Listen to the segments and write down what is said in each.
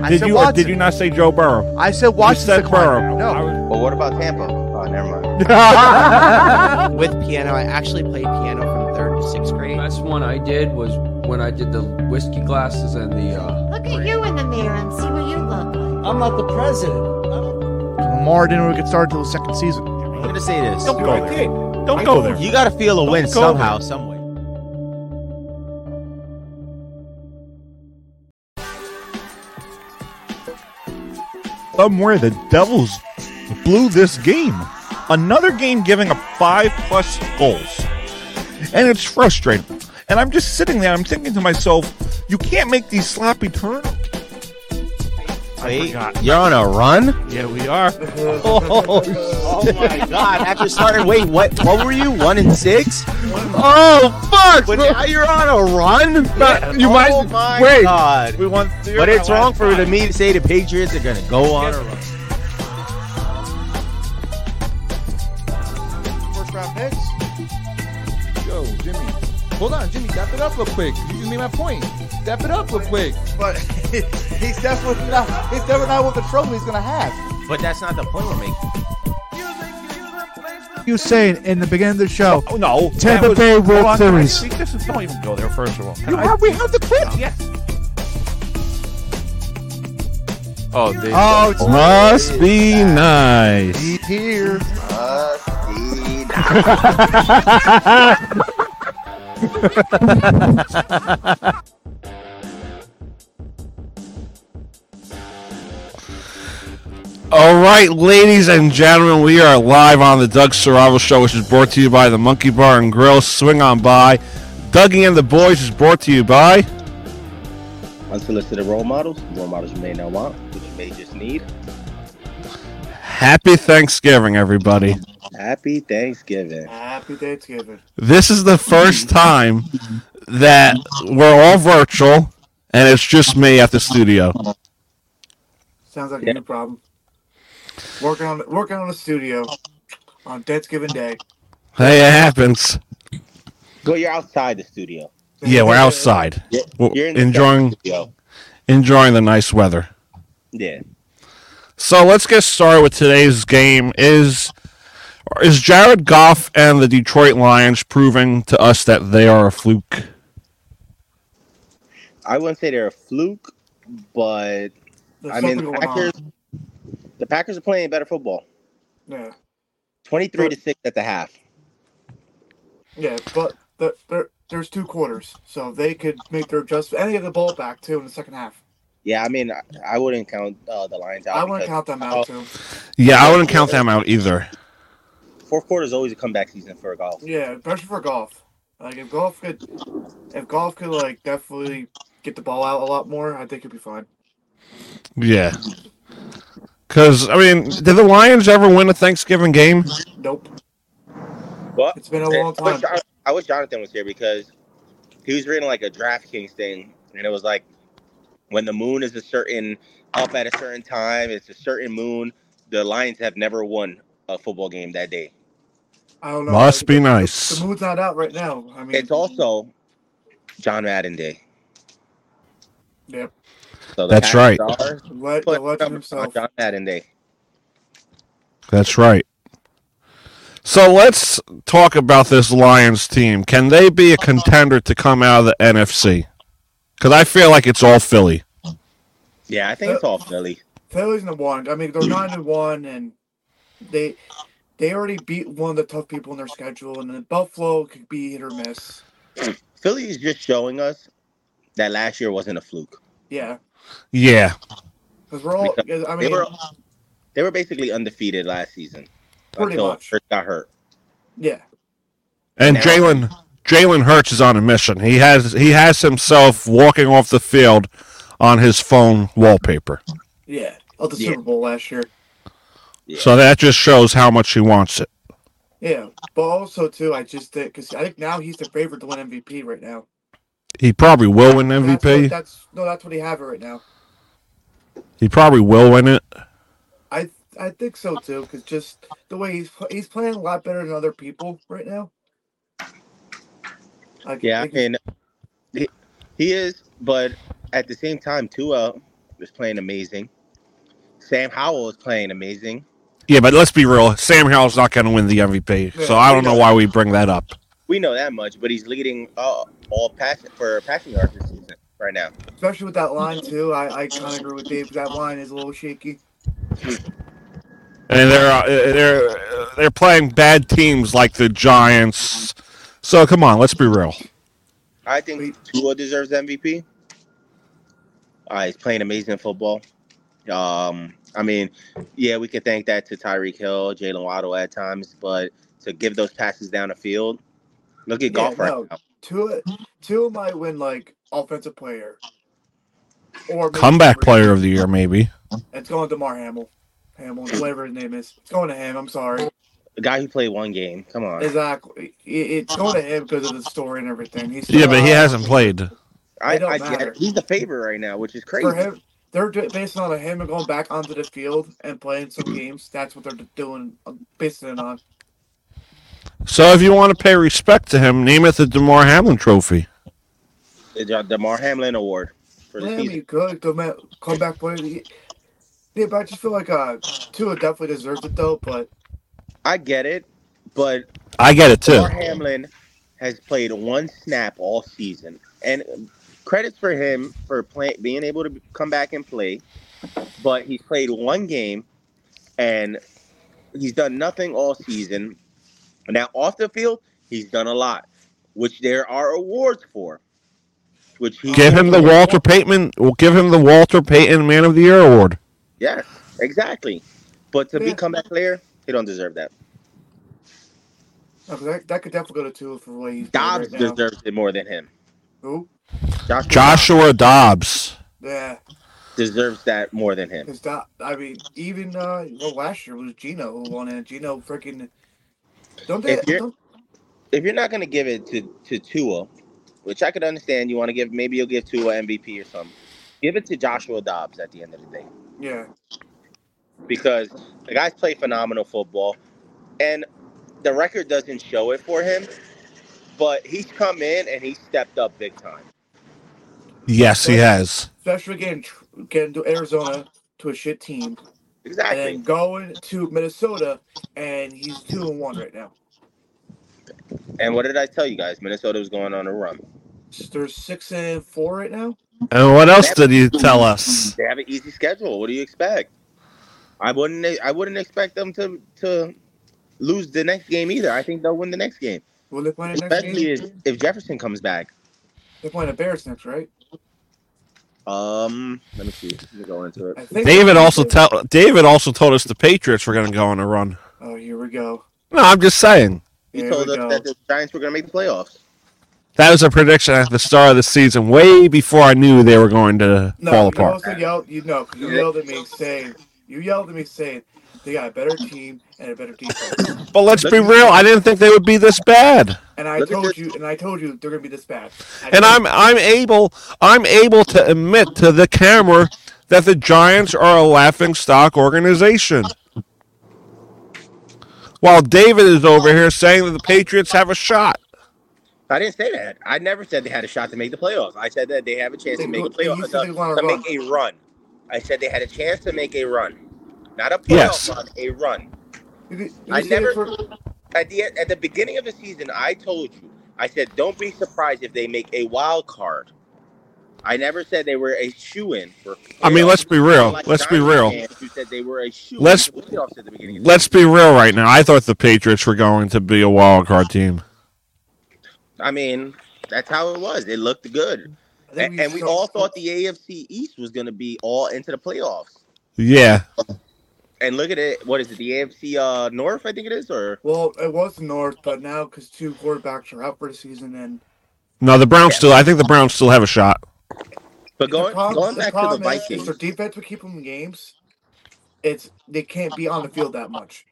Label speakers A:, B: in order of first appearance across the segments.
A: I
B: did
A: said
B: you or
A: Watson.
B: did you not say Joe Burrow?
A: I said
B: you
A: Watson's
B: said
A: a climber.
B: Burrow.
A: No.
B: I was-
C: Well, what about Tampa? Oh, never mind.
D: With piano, I actually played piano from third to sixth grade.
E: Best one I did was when I did the whiskey glasses and the. Uh,
F: Look at you in the mirror and see what you look like.
G: I'm not the president.
A: Lamar didn't really get started till the second season.
H: I'm gonna say this.
B: don't go there. Don't go there.
H: You gotta feel a win
B: go
H: somehow, some way.
B: Somewhere the Devils blew this game. Another game giving up five plus goals. And it's frustrating. And I'm just sitting there, I'm thinking to myself, you can't make these sloppy turnovers.
H: Wait, you're on a run?
B: Yeah, we are.
H: Oh my god! After starting, wait, what? What were you? One and six? Oh fuck! But now you're on a run.
B: you
H: oh
B: might-
H: my
B: wait.
H: God.
B: We won zero
H: But it's
B: last
H: wrong for
B: night.
H: me to say the Patriots are gonna go on a run.
G: First round picks.
I: Yo, Jimmy. Hold on, Jimmy. Step it up real quick. You just made my point. Step it up real quick.
G: But he's definitely not. He's definitely not what the trophy he's gonna have.
H: But that's not the point we're making.
A: You saying in the beginning of the show,
B: Oh, no. that
A: Tampa
B: was-
A: Bay
B: hold
A: World
B: on, can I
A: Series.
B: speak? This is, don't even go there, first of all. Can
H: You
B: I-
H: have, we have the clip.
B: Yes.
E: oh, they,
A: "Oh, it's
B: Must be nice.
A: not here."
C: Musty.
J: All right, ladies and gentlemen, we are live on the Doug Serravo Show, which is brought to you by the Monkey Bar and Grill. Swing on by. Dougie and the Boys is brought to you by.
C: Unsolicited role models. Role models you may not want, but you may just need.
J: Happy Thanksgiving, everybody.
C: Happy Thanksgiving.
G: Happy Thanksgiving.
J: This is the first time that we're all virtual, and it's just me at the studio.
G: Sounds like a new problem. Working on working on the studio on Thanksgiving Day.
J: Hey, it happens.
C: Go, you're outside the studio.
J: Yeah, we're outside,
C: You're,
J: Well,
C: you're in the
J: enjoying-
C: studio.
J: enjoying the nice weather.
C: Yeah.
J: So let's get started with today's game. Is is Jared Goff and the Detroit Lions proving to us that they are a fluke?
C: I wouldn't say they're a fluke, but
G: There's
C: I mean
G: something
C: the
G: going
C: Packers.
G: on.
C: The Packers are playing better football.
G: Yeah,
C: Twenty-three to six at the half.
G: yeah, but the, there, there's two quarters, so they could make their adjustment and they get the ball back too in the second half.
C: Yeah, I mean, I, I wouldn't count uh, the Lions out.
G: I wouldn't
C: because
G: count them out too.
J: Yeah, I wouldn't count them out either.
C: Fourth quarter is always a comeback season for golf.
G: Yeah, especially for golf. Like if golf could, if golf could like definitely get the ball out a lot more, I think it'd be fine.
J: Yeah. Cause I mean, did the Lions ever win a Thanksgiving game?
G: Nope,
C: But
G: it's been a long
C: I wish,
G: time.
C: Jon- I wish Jonathan was here because he was reading like a DraftKings thing, and it was like when the moon is a certain up at a certain time, it's a certain moon. The Lions have never won a football game that day.
G: I don't know.
J: Must be
G: The
J: nice.
G: mood's not out right now. I mean,
C: It's also John Madden Day.
G: Yep.
C: So
J: That's
C: Packers
J: right.
C: are
G: let, the
C: putting
G: legend
C: numbers on
G: himself.
C: John Madden Day.
J: That's right. So let's talk about this Lions team. Can they be a contender to come out of the NFC? Because I feel like it's all Philly.
C: Yeah, I
G: Uh,
C: think it's all Philly.
G: Philly's in the one. I mean, they're nine and one, and they they already beat one of the tough people in their schedule, and then Buffalo could be hit or miss.
C: Philly is just showing us that last year wasn't a fluke.
G: Yeah,
J: Yeah,
G: because we're all. 'cause, I
C: They
G: mean,
C: were they were basically undefeated last season
G: Pretty
C: until
G: much.
C: Hurts got hurt.
G: yeah,
J: And
C: Now-
J: Jalen Jalen Hurts is on a mission. He has he has himself walking off the field on his phone wallpaper.
G: yeah. Of the
C: Yeah.
G: Super Bowl last year.
C: Yeah.
J: So that just shows how much he wants it.
G: Yeah, but also too, I just think because I think now he's the favorite to win MVP right now.
J: He probably will win
G: That's what-
J: MVP.
G: That's no, that's what he have it right now.
J: He probably will win it.
G: I I think so too, because just the way he's pl- he's playing a lot better than other people right now. Like,
C: Yeah,
G: like,
C: and he, he is, but at the same time, Tua is playing amazing. Sam Howell is playing amazing.
J: Yeah, but let's be real. Sam Howell's not going to win the MVP, so I don't know why we bring that up.
C: We know that much, but he's leading uh, all pass for passing yards this season right now.
G: Especially with that line too. I, I kinda agree with Dave. That line is a little shaky.
J: And they're uh, they're uh, they're playing bad teams like the Giants. So come on, let's be real.
C: I think Tua deserves MVP. Uh, he's playing amazing football. Um, I mean, yeah, we could thank that to Tyreek Hill, Jalen Waddle at times, but to give those passes down the field, look at golf right now.
G: Tua Tua might win like offensive player. Or maybe-
J: Comeback player of the year, maybe.
G: It's going to Demar Hamill. Hamill, whatever his name is. It's going to him. I'm sorry.
C: The guy who played one game. Come on.
G: Exactly. It- It's going to him because of the story and everything. He's
J: Yeah, but he hasn't played.
C: I,
G: It don't
C: I get
G: matter.
C: it. He's the favorite right now, which is
G: uh, for
C: crazy.
G: him. They're do- basing on him and going back onto the field and playing some games. That's what they're doing, uh, basing it on.
J: So if you want to pay respect to him, name it the Demar Hamlin Trophy.
C: The Ja- Damar Hamlin Award for the
G: Damn,
C: season.
G: you good. Come back, come back, play. the- Yeah, but I just feel like uh, Tua definitely deserves it though. But
C: I get it, but
J: I get it too.
C: Damar Hamlin has played one snap all season, and credits for him for play, being able to come back and play. But he's played one game, and he's done nothing all season. Now off the field, he's done a lot, which there are awards for. Which he
J: Give him the Walter Payton. We'll give him the Walter Payton Man of the Year award.
C: Yes, exactly. But to
G: Yeah.
C: be comeback player, he don't deserve that.
G: uh, that, that could definitely go to Tua for the way he's doing
C: Dobbs
G: right now.
C: deserves it more than him.
G: Who?
C: Josh
J: Joshua Dobbs.
G: Yeah,
C: deserves that more than him.
G: because that. I mean, even uh, well, last year was Gino who won it. Gino freaking. Don't they?
C: If you're-
G: Don't,
C: If you're not going to give it to, to Tua, which I could understand, you want to give maybe you'll give Tua MVP or something. Give it to Joshua Dobbs at the end of the day
G: yeah.
C: because the guys play phenomenal football, and the record doesn't show it for him. But he's come in and he stepped up big time.
J: Yes, he has.
G: especially getting tr- getting to Arizona to a shit team, and
C: Exactly.
G: then going to Minnesota, and he's two and one right now.
C: And what did I tell you guys? Minnesota was going on a run.
G: They're six and four right now.
J: And what else did he tell us?
C: They have an easy schedule. What do you expect? I wouldn't. I wouldn't expect them to to lose the next game either. I think they'll win the next game,
G: Will they play the next
C: especially
G: game?
C: if, if Jefferson comes back.
G: They're playing the Bears next, right?
C: Um, let me see. Let me go into it.
G: I think
J: David also tell David also told us the Patriots were going to go on a run.
G: Oh, here we go.
J: No, I'm just saying
C: He
G: Here
C: told
G: we
C: us
G: go.
C: that the Giants were going to make the playoffs.
J: that was a prediction at the start of the season, way before I knew they were going to
G: No,
J: fall
G: you
J: apart.
G: also yelled. You know, 'cause you yelled at me saying, "You yelled at me saying they got a better team and a better defense,"
J: But let's be real, I didn't think they would be this bad.
G: and I
C: Look at
G: told
C: this.
G: you, and I told you they're gonna be this bad. I
J: And I'm
G: told
J: I'm able I'm able to admit to the camera that the Giants are a laughing stock organization. While David is over here saying that the Patriots have a shot.
C: I didn't say that. I never said they had a shot to make the playoffs. I said that they have a chance
G: They
C: to make a
G: go- they
C: playoff uh,
G: used to do on a
C: to
G: run.
C: make a run. I said they had a chance to make a run, not a playoff
J: Yes.
C: run, a run.
G: you. You- you
C: I
G: said
C: never-
G: it for-
C: at the at the beginning of the season, I told you, I said, don't be surprised if they make a wild card. I never said they were a shoe in for.
J: I mean, let's be real.
C: Like
J: Let's be
C: Giants
J: real.
C: fans who said they were a shoe-in
J: Let's-
C: for playoffs at the beginning. of the
J: Let's be real right now. I thought the Patriots were going to be a wild card team.
C: season. I mean, that's how it was. It looked good,
G: I think
C: and, and we
G: start-
C: all thought the AFC East was going to be all into the playoffs.
J: Yeah.
C: And look at it. What is it? The AFC uh, North, I think it is, or
G: Well, it was North, but now because two quarterbacks are out for the season, and
J: No, the Browns still I think the Browns still have a shot.
C: but going
G: the prob-
C: going back to the
G: problem is,
C: Vikings.
G: Is their defense would keep them in games. It's they can't be on the field that much.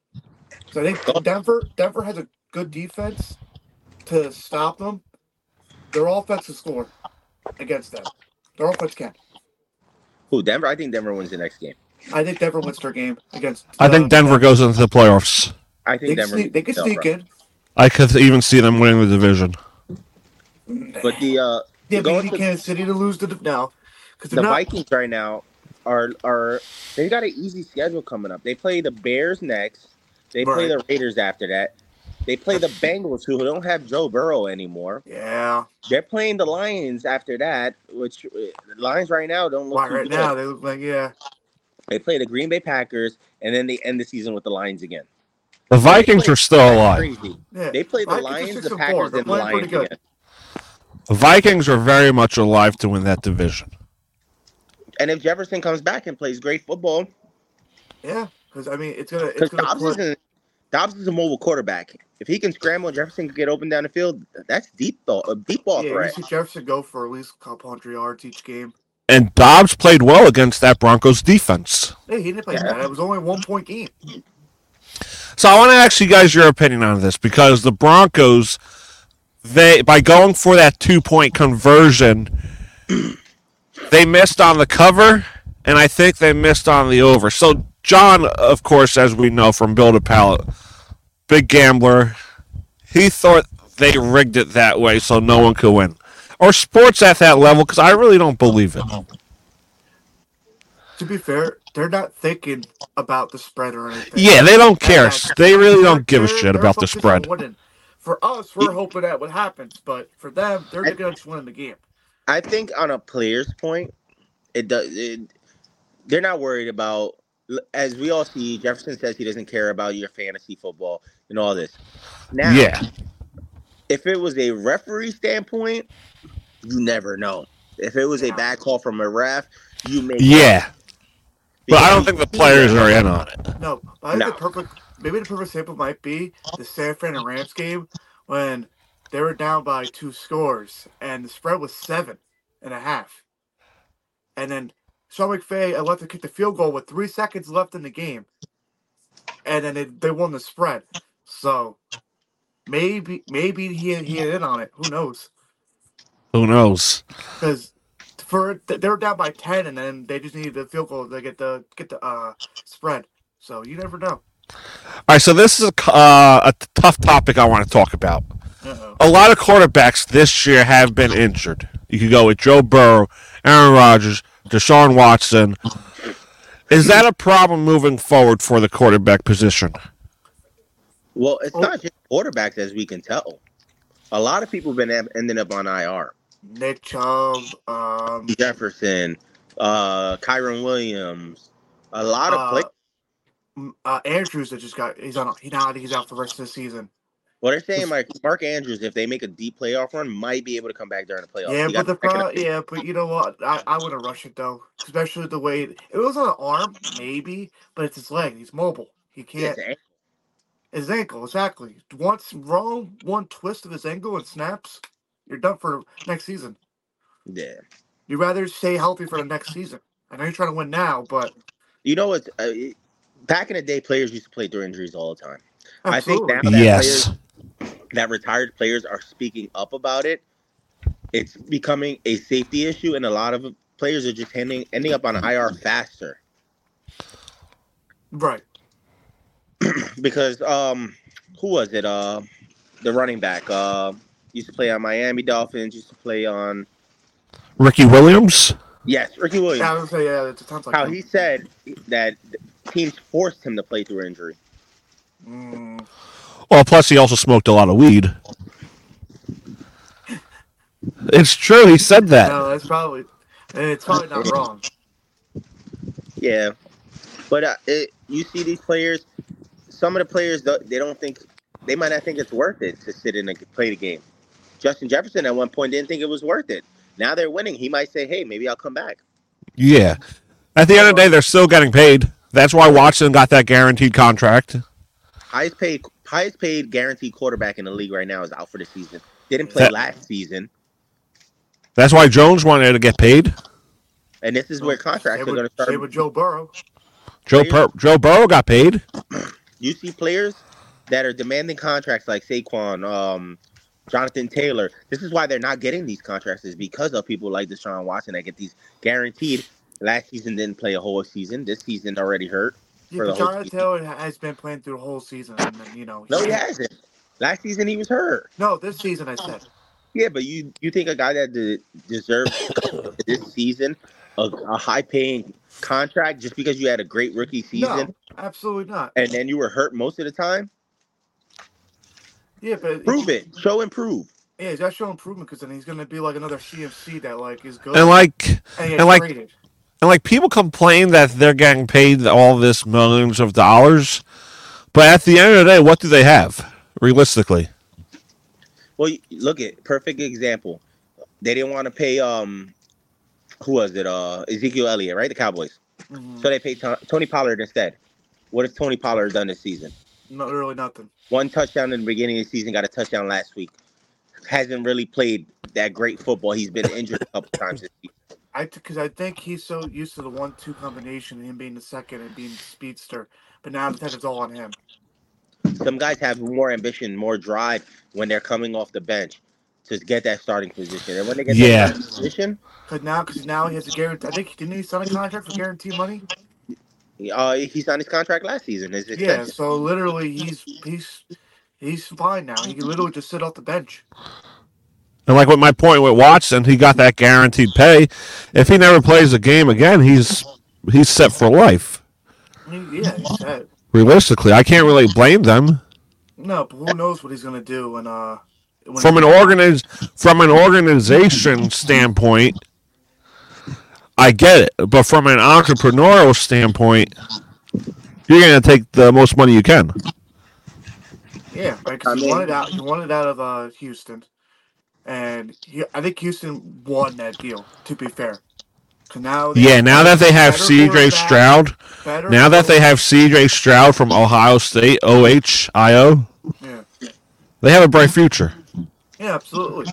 G: So they Denver Denver has a good defense to stop them. Their offense will score against them. Their offense can.
C: Who Denver? I think Denver wins the next game.
G: I think Denver wins their game against.
J: I
G: uh,
J: think Denver goes into the playoffs.
C: I
G: They
C: think
G: can
C: Denver.
G: sneak, they
C: wins
G: can
C: the
G: sneak
C: playoff
G: in.
J: I could even see them winning the division.
C: run. But the uh,
G: They
C: going
G: beat
C: to-
G: Kansas City to lose to the now because
C: the
G: they're not.
C: Vikings right now are are they've got an easy schedule coming up. They play the Bears next. They play the Raiders after that. They play the Bengals, who don't have Joe Burrow anymore.
G: Yeah.
C: They're playing the Lions after that, which uh, the Lions right now don't look
G: Why
C: too
G: right
C: good.
G: now they look like yeah.
C: They play the Green Bay Packers, and then they end the season with the Lions again.
J: The Vikings are still alive.
C: Crazy.
G: Yeah.
C: They play the
G: Vikings are
C: Lions,
G: six
C: the
G: and four.
C: Packers,
G: They're
C: and the
G: playing pretty
C: Lions
G: good.
C: again.
J: The Vikings are very much alive to win that division.
C: And if Jefferson comes back and plays great football,
G: Yeah. Because I mean it's gonna it's
C: because
G: gonna
C: Dobbs,
G: put,
C: isn't- Dobbs is a mobile quarterback. If he can scramble, Jefferson can get open down the field. That's deep ball, a deep ball
G: yeah, you
C: threat.
G: see Jefferson go for at least a couple hundred yards each game.
J: And Dobbs played well against that Broncos defense.
G: Hey, he didn't play bad. It was only a one point game.
J: So I want to ask you guys your opinion on this because the Broncos, they by going for that two point conversion, they missed on the cover, and I think they missed on the over. So John, of course, as we know from Build a Pallet, big gambler, he thought they rigged it that way so no one could win. Or sports at that level because I really don't believe it.
G: To be fair, they're not thinking about the spread or anything.
J: Yeah, they don't care.
G: They're not-
J: They really don't give a
G: they're-
J: shit
G: they're
J: about the
G: focused on
J: spread.
G: winning. For us, we're hoping that what happens, but for them, they're gonna just win the game.
C: I think on a player's point, it does. It, they're not worried about. As we all see, Jefferson says he doesn't care about your fantasy football and all this. Now,
J: Yeah.
C: if it was a referee standpoint, you never know. If it was a bad call from a ref, you may
J: Yeah. But I don't think the players are in on it.
G: No, I think
C: No.
G: the perfect maybe the perfect example might be the San Fran and Rams game when they were down by two scores and the spread was seven and a half. And then Sean McVay allowed to kick the field goal with three seconds left in the game. And then they, they won the spread. So maybe maybe he had, he had in on it. Who knows?
J: Who knows?
G: Because for they were down by ten and then they just needed the field goal to get the get the uh spread. So you never know.
J: All right, so this is a, c- uh, a t- tough topic I want to talk about.
G: Uh-oh.
J: A lot of quarterbacks this year have been injured. You could go with Joe Burrow, Aaron Rodgers, Deshaun Watson. Is that a problem moving forward for the quarterback position?
C: Well, it's not just quarterbacks, as we can tell. A lot of people have been em- ending up on IR.
G: Nick Chubb, um,
C: Jefferson, uh, Kyron Williams, a lot of
G: Uh,
C: players.
G: m- uh, Andrews that just got he's on he now he's out for the rest of the season.
C: Well, they're saying like Mark Andrews, if they make a deep playoff run, might be able to come back during the playoffs.
G: yeah,
C: He got
G: but the
C: second
G: pro-
C: opinion.
G: yeah, but you know what? I, I wouldn't rush it though, especially the way it was on an arm, maybe, but it's his leg. He's mobile. He
C: Yeah,
G: can't
C: it's an-
G: his ankle exactly. Once wrong, one twist of his ankle and snaps, you're done for next season.
C: yeah.
G: You'd rather stay healthy for the next season. I know you're trying to win now, but
C: You know what? Uh, it- back in the day, players used to play through injuries all the time. I think
G: absolutely.
C: now that
J: Yes.
C: players, that retired players are speaking up about it, it's becoming a safety issue, and a lot of players are just ending ending up on IR faster
G: right.
C: because um, who was it? Uh, the running back uh, used to play on Miami Dolphins. Used to play on
J: Ricky Williams?
C: yes, Ricky Williams.
G: Yeah, I would say yeah, it sounds like
C: how
G: him.
C: he said that teams forced him to play through injury.
G: Mm,
J: Well, plus he also smoked a lot of weed. It's true, he said that.
G: no, that's probably and it's probably not wrong.
C: Yeah, but uh, it, you see these players. Some of the players tho- they don't think they might not think it's worth it to sit in and play the game. Justin Jefferson at one point didn't think it was worth it. Now they're winning. He might say, "Hey, maybe I'll come back."
J: Yeah. At the end of the day, they're still getting paid. That's why Watson got that guaranteed contract.
C: Highest paid, highest paid guaranteed quarterback in the league right now is out for the season. Didn't play
J: That-
C: last season,
J: That's why Jones wanted to get paid.
C: and this is where contracts
G: Same
C: are
G: with-
C: going to
G: same with
C: start.
G: Joe Burrow.
J: Joe
C: Players-
J: per- Joe Burrow got paid.
C: You see players that are demanding contracts like Saquon, um, Jonathan Taylor. This is why they're not getting these contracts is because of people like Deshaun Watson that get these guaranteed. Last season didn't play a whole season. This season already hurt.
G: Yeah,
C: for
G: but
C: the whole
G: Jonathan
C: season.
G: Taylor has been playing through the whole season, and then, you know.
C: No,
G: he-
C: he hasn't. Last season he was hurt.
G: No, this season I said.
C: Yeah, but you you think a guy that de- deserves this season a, a high paying contract just because you had a great rookie season
G: No, absolutely not.
C: and then you were hurt most of the time?
G: Yeah, but
C: Prove it. Show and prove.
G: Yeah, he's got to show improvement because then he's going to be like another CMC that like is good.
J: and like
G: he
J: and
G: gets
J: like
G: traded.
J: and like people complain that they're getting paid all this millions of dollars, but at the end of the day, what do they have realistically?
C: Well, you- look at perfect example. They didn't want to pay um, who was it? Uh, Ezekiel Elliott, right? The Cowboys.
G: Mm-hmm.
C: So they paid Ton- Tony Pollard instead. What has Tony Pollard done this season?
G: Not really nothing.
C: One touchdown in the beginning of the season, got a touchdown last week. Hasn't really played that great football. He's been injured a couple times this season.
G: I because I think he's so used to the one-two combination, him being the second and being the speedster. But now that it's all on him.
C: Some guys have more ambition, more drive when they're coming off the bench to get that starting position. And when they get
J: Yeah.
C: that starting position,
G: Cause now, cause now he has a guarantee. I think didn't he sign a contract for guarantee money?
C: uh, he signed his contract last season. His
G: Yeah.
C: extension.
G: So literally, he's he's he's fine now. He can literally just sit off the bench.
J: And like what my point with Watson, he got that guaranteed pay. If he never plays a game again, he's he's set for life.
G: I mean, yeah, he's set.
J: Realistically, I can't really blame them.
G: No, but who knows what he's gonna do when uh when
J: From an organiz- from an organization standpoint, I get it. But from an entrepreneurial standpoint, you're going to take the most money you can.
G: Yeah, right. Cause he wanted out. He wanted out of uh, Houston, and he, I think Houston won that deal. To be fair, 'Cause now they
J: Yeah, now that they have
G: better
J: CJ
G: quarterback,
J: Stroud,
G: better
J: now that they have CJ Stroud from Ohio State, OHIO,
G: Yeah.
J: they have a bright future.
G: yeah, absolutely.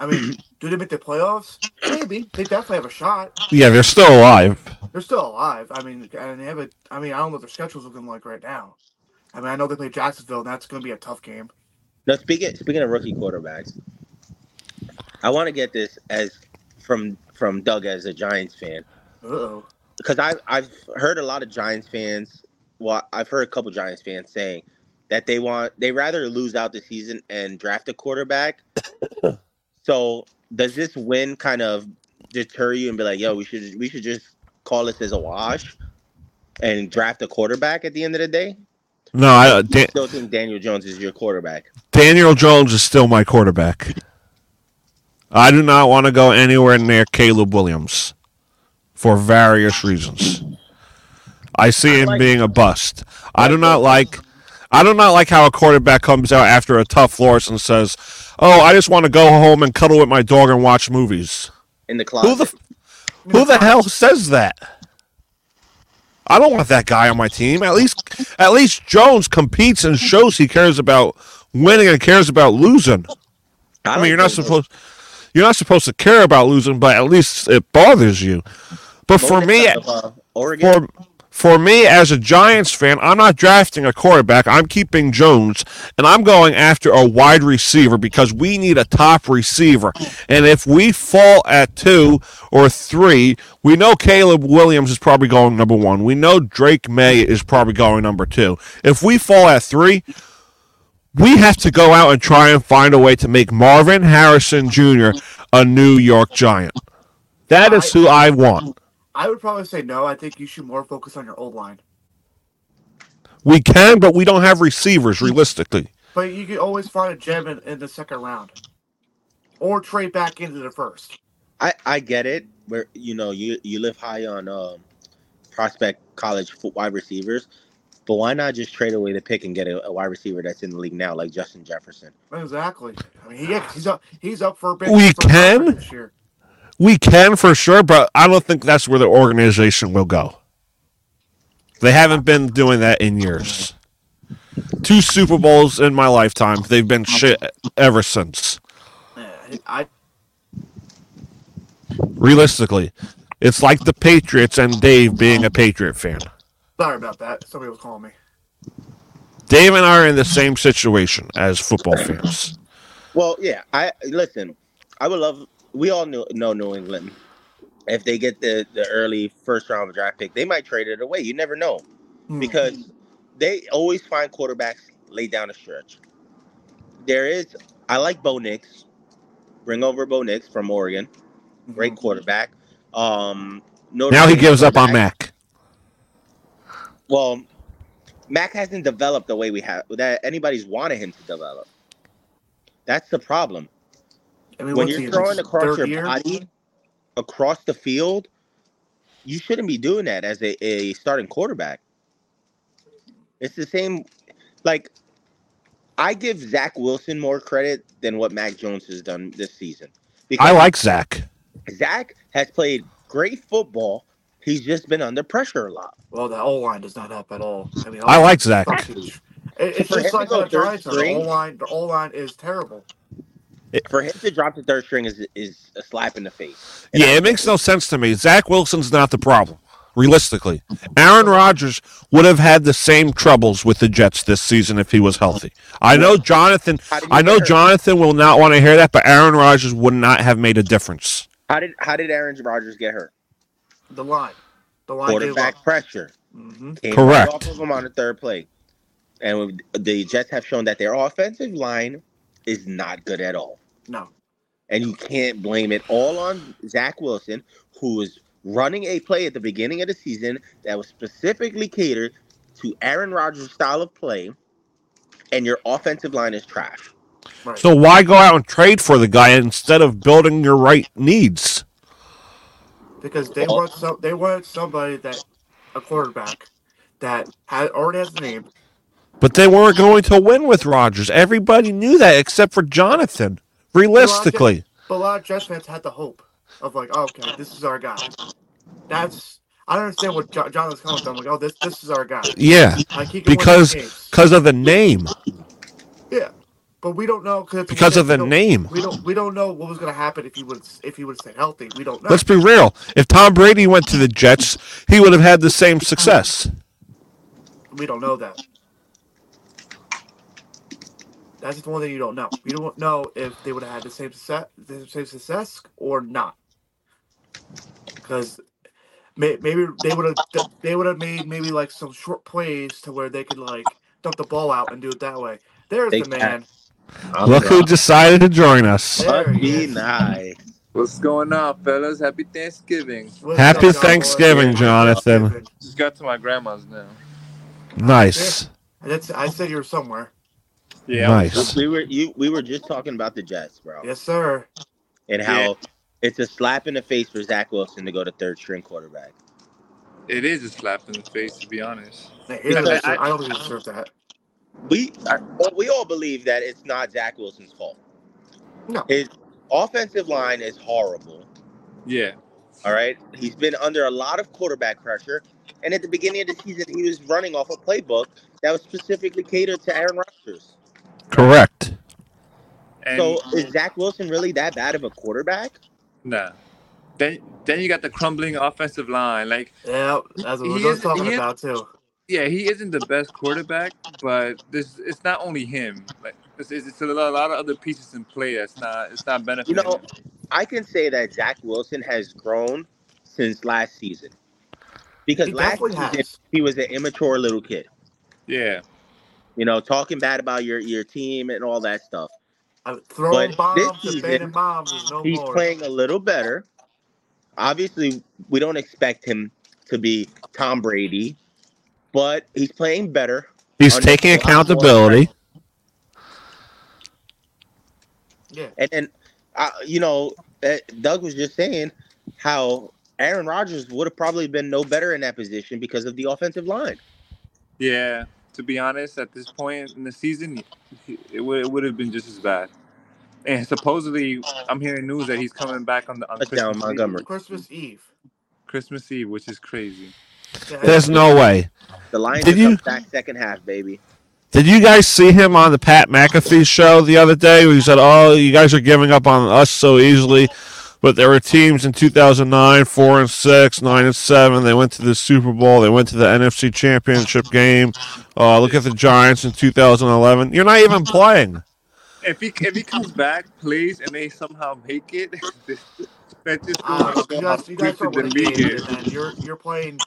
G: I mean, do they make the playoffs? Maybe they definitely have a shot.
J: Yeah, they're still alive.
G: They're still alive. I mean, and they have a. I mean, I don't know what their schedule's looking like right now. I mean, I know they play Jacksonville, and that's going to be a tough game.
C: Now speaking speaking of rookie quarterbacks, I want to get this as from from Doug as a Giants fan
G: Uh oh.
C: because I I've heard a lot of Giants fans. Well, I've heard a couple Giants fans saying that they want they rather lose out this season and draft a quarterback. so does this win kind of deter you and be like, yo, we should we should just call this as a wash and draft a quarterback at the end of the day?
J: No, I, Dan-
C: Still think Daniel Jones is your quarterback.
J: Daniel Jones is still my quarterback. I do not want to go anywhere near Caleb Williams for various reasons. I see him being a bust. I do not like I do not like how a quarterback comes out after a tough loss and says, "Oh, I just want to go home and cuddle with my dog and watch movies."
C: In the closet.
J: Who the f- Who the hell says that? I don't want that guy on my team. At least at least Jones competes and shows he cares about winning and cares about losing. I, mean, you're not supposed you're not supposed to care about losing, but at least it bothers you. But for me,
C: Out of, uh, Oregon.
J: for for me as a Giants fan, I'm not drafting a quarterback. I'm keeping Jones, and I'm going after a wide receiver because we need a top receiver. And if we fall at two or three, we know Caleb Williams is probably going number one. We know Drake May is probably going number two. If we fall at three, we have to go out and try and find a way to make Marvin Harrison Jr. a New York Giant. That is who I want.
G: I would probably say no. I think you should more focus on your old line.
J: We can, but we don't have receivers realistically.
G: But you can always find a gem in, in the second round, or trade back into the first.
C: I I get it. Where you know you you live high on um, prospect college fo- wide receivers, but why not just trade away the pick and get a, a wide receiver that's in the league now, like Justin Jefferson?
G: Exactly. I mean, he, he's up. He's up for a big.
J: We
G: for a contract
J: can?
G: This year.
J: We can for sure, but I don't think that's where the organization will go. They haven't been doing that in years. Two Super Bowls in my lifetime. They've been shit ever since.
G: Yeah, I
J: Realistically, it's like the Patriots and Dave being a Patriot fan.
G: sorry about that. Somebody was calling me.
J: Dave and I are in the same situation as football fans.
C: Well, yeah. I listen. I would love. We all knew, know New England. If they get the the early first round draft pick, they might trade it away. You never know
G: Hmm.
C: because they always find quarterbacks late down the stretch. There is. I like Bo
G: Mm-hmm.
C: Nix. Bring over Bo Nix from Oregon. great quarterback. Um, Notre
J: Now he
C: Dame
J: gives up
C: was
J: on Mac.
C: Well, Mac hasn't developed the way we have that anybody's wanted him to develop. That's the problem.
G: I mean,
C: when
G: what's he
C: you're
G: in
C: throwing
G: his
C: across
G: third
C: your
G: year?
C: body, across the field, you shouldn't be doing that as a, a starting quarterback. It's the same. Like, I give Zach Wilson more credit than what Mac Jones has done this season.
J: I like Zach.
C: Zach has played great football. He's just been under pressure a lot.
G: Well, the O line does not help at all. I mean,
J: I like Zach.
G: It- It's
C: For him
G: just
C: to
G: like
C: go
G: the Giants.
C: third
G: The
C: string?
G: O line, the O line is terrible.
C: For him to drop the third string is is a slap in the face.
J: Yeah, it makes no sense to me. Zach Wilson's not the problem, realistically. Aaron Rodgers would have had the same troubles with the Jets this season if he was healthy. I know Jonathan. I know Jonathan will not want to hear that, but Aaron Rodgers would not have made a difference.
C: How did how did Aaron Rodgers get hurt?
G: The line, the line gave up.
C: Quarterback pressure.
G: Mhm.
C: Came
J: Correct.
C: Right off of him on the third play, and the Jets have shown that their offensive line is not good at all.
G: No,
C: and you can't blame it all on Zach Wilson, who was running a play at the beginning of the season that was specifically catered to Aaron Rodgers' style of play, and your offensive line is trash.
J: So why go out and trade for the guy instead of building your right needs?
G: because they want some, they want somebody that a quarterback that had already has a name.
J: But they weren't going to win with Rodgers. Everybody knew that except for Jonathan. Realistically.
G: But a lot of Jets fans had the hope of like, oh, okay, this is our guy. That's I don't understand what jo- Jonathan's coming from. Like, oh, this this is our guy.
J: Yeah,
G: like, he can win
J: because
G: games.
J: because of the name.
G: yeah, but we don't know cause
J: Because of the
G: we don't-
J: name.
G: We don't we don't know what was gonna happen if he would if he would stay healthy. We don't know.
J: Let's be real. If Tom Brady went to the Jets, he would have had the same success.
G: we don't know that. That's the one thing you don't know. You don't know if they would have had the same success, the same success or not. Because may, maybe they would have they would have made maybe like some short plays to where they could like dump the ball out and do it that way. There's
C: They
G: the man.
J: Look who decided to join us.
C: Be nice.
E: What's going on, fellas? Happy Thanksgiving.
J: Happy Thanksgiving, Jonathan.
E: Just got to my grandma's now.
J: Nice.
G: And That's I said you were somewhere.
J: Yeah. Nice.
C: We were you we were just talking about the Jets, bro,
G: Yes, sir.
C: and how it's a slap in the face for Zach Wilson to go to third string quarterback.
E: It is a slap in the face, to be honest.
G: Now, he doesn't
C: Because
G: deserve-
C: I-
G: I don't think he deserves that.
C: we we all believe that it's not Zach Wilson's fault.
G: No.
C: His offensive line is horrible.
E: Yeah.
C: All right, he's been under a lot of quarterback pressure, and at the beginning of the season, he was running off a playbook that was specifically catered to Aaron Rodgers.
J: Correct.
E: And
C: So is Zach Wilson really that bad of a quarterback?
E: nah. Then then you got the crumbling offensive line. Like
G: Yeah, that's what
E: He
G: we're just
E: is-
G: talking
E: he is-
G: about too.
E: yeah, he isn't the best quarterback, but this it's not only him. Like it's, it's a lot, a lot of other pieces in play. It's not it's not benefiting.
C: You know,
E: him.
C: I can say that Zach Wilson has grown since last season because
G: He
C: last
G: definitely
C: season
G: has.
C: he was an immature little kid.
E: yeah.
C: You know, talking bad about your your team and all that stuff.
G: I'm throwing
C: But this
G: bombs,
C: season,
G: debating bombs is no
C: He's
G: more.
C: playing a little better. Obviously, we don't expect him to be Tom Brady, but he's playing better.
J: He's
C: Under
J: taking
C: a lot more
J: accountability.
G: yeah,
C: pressure. And then, uh, you know, uh, Doug was just saying how Aaron Rodgers would have probably been no better in that position because of the offensive line.
E: Yeah, to be honest, at this point in the season, it would it would have been just as bad. And supposedly, I'm hearing news that he's coming back on the on
C: Touchdown,
E: Christmas
C: Montgomery.
G: Christmas Eve.
E: Eve, Christmas Eve, which is crazy.
G: Yeah,
J: There's no way.
C: The Lions
J: Did
C: are
J: you-
C: back second half, baby.
J: Did you guys see him on the Pat McAfee show the other day? Where he said, "Oh, you guys are giving up on us so easily." But there were teams in 2009, four and six, nine and seven. They went to the Super Bowl. They went to the NFC Championship game. Uh, look at the Giants in 2011. You're not even playing.
E: If he if he comes back, please, and they somehow make it, that just
G: Uh,
E: goes to
G: you
E: show how
G: guys, you guys are
E: stupid the
G: winning
E: league
G: games,
E: is.
G: and you're you're playing,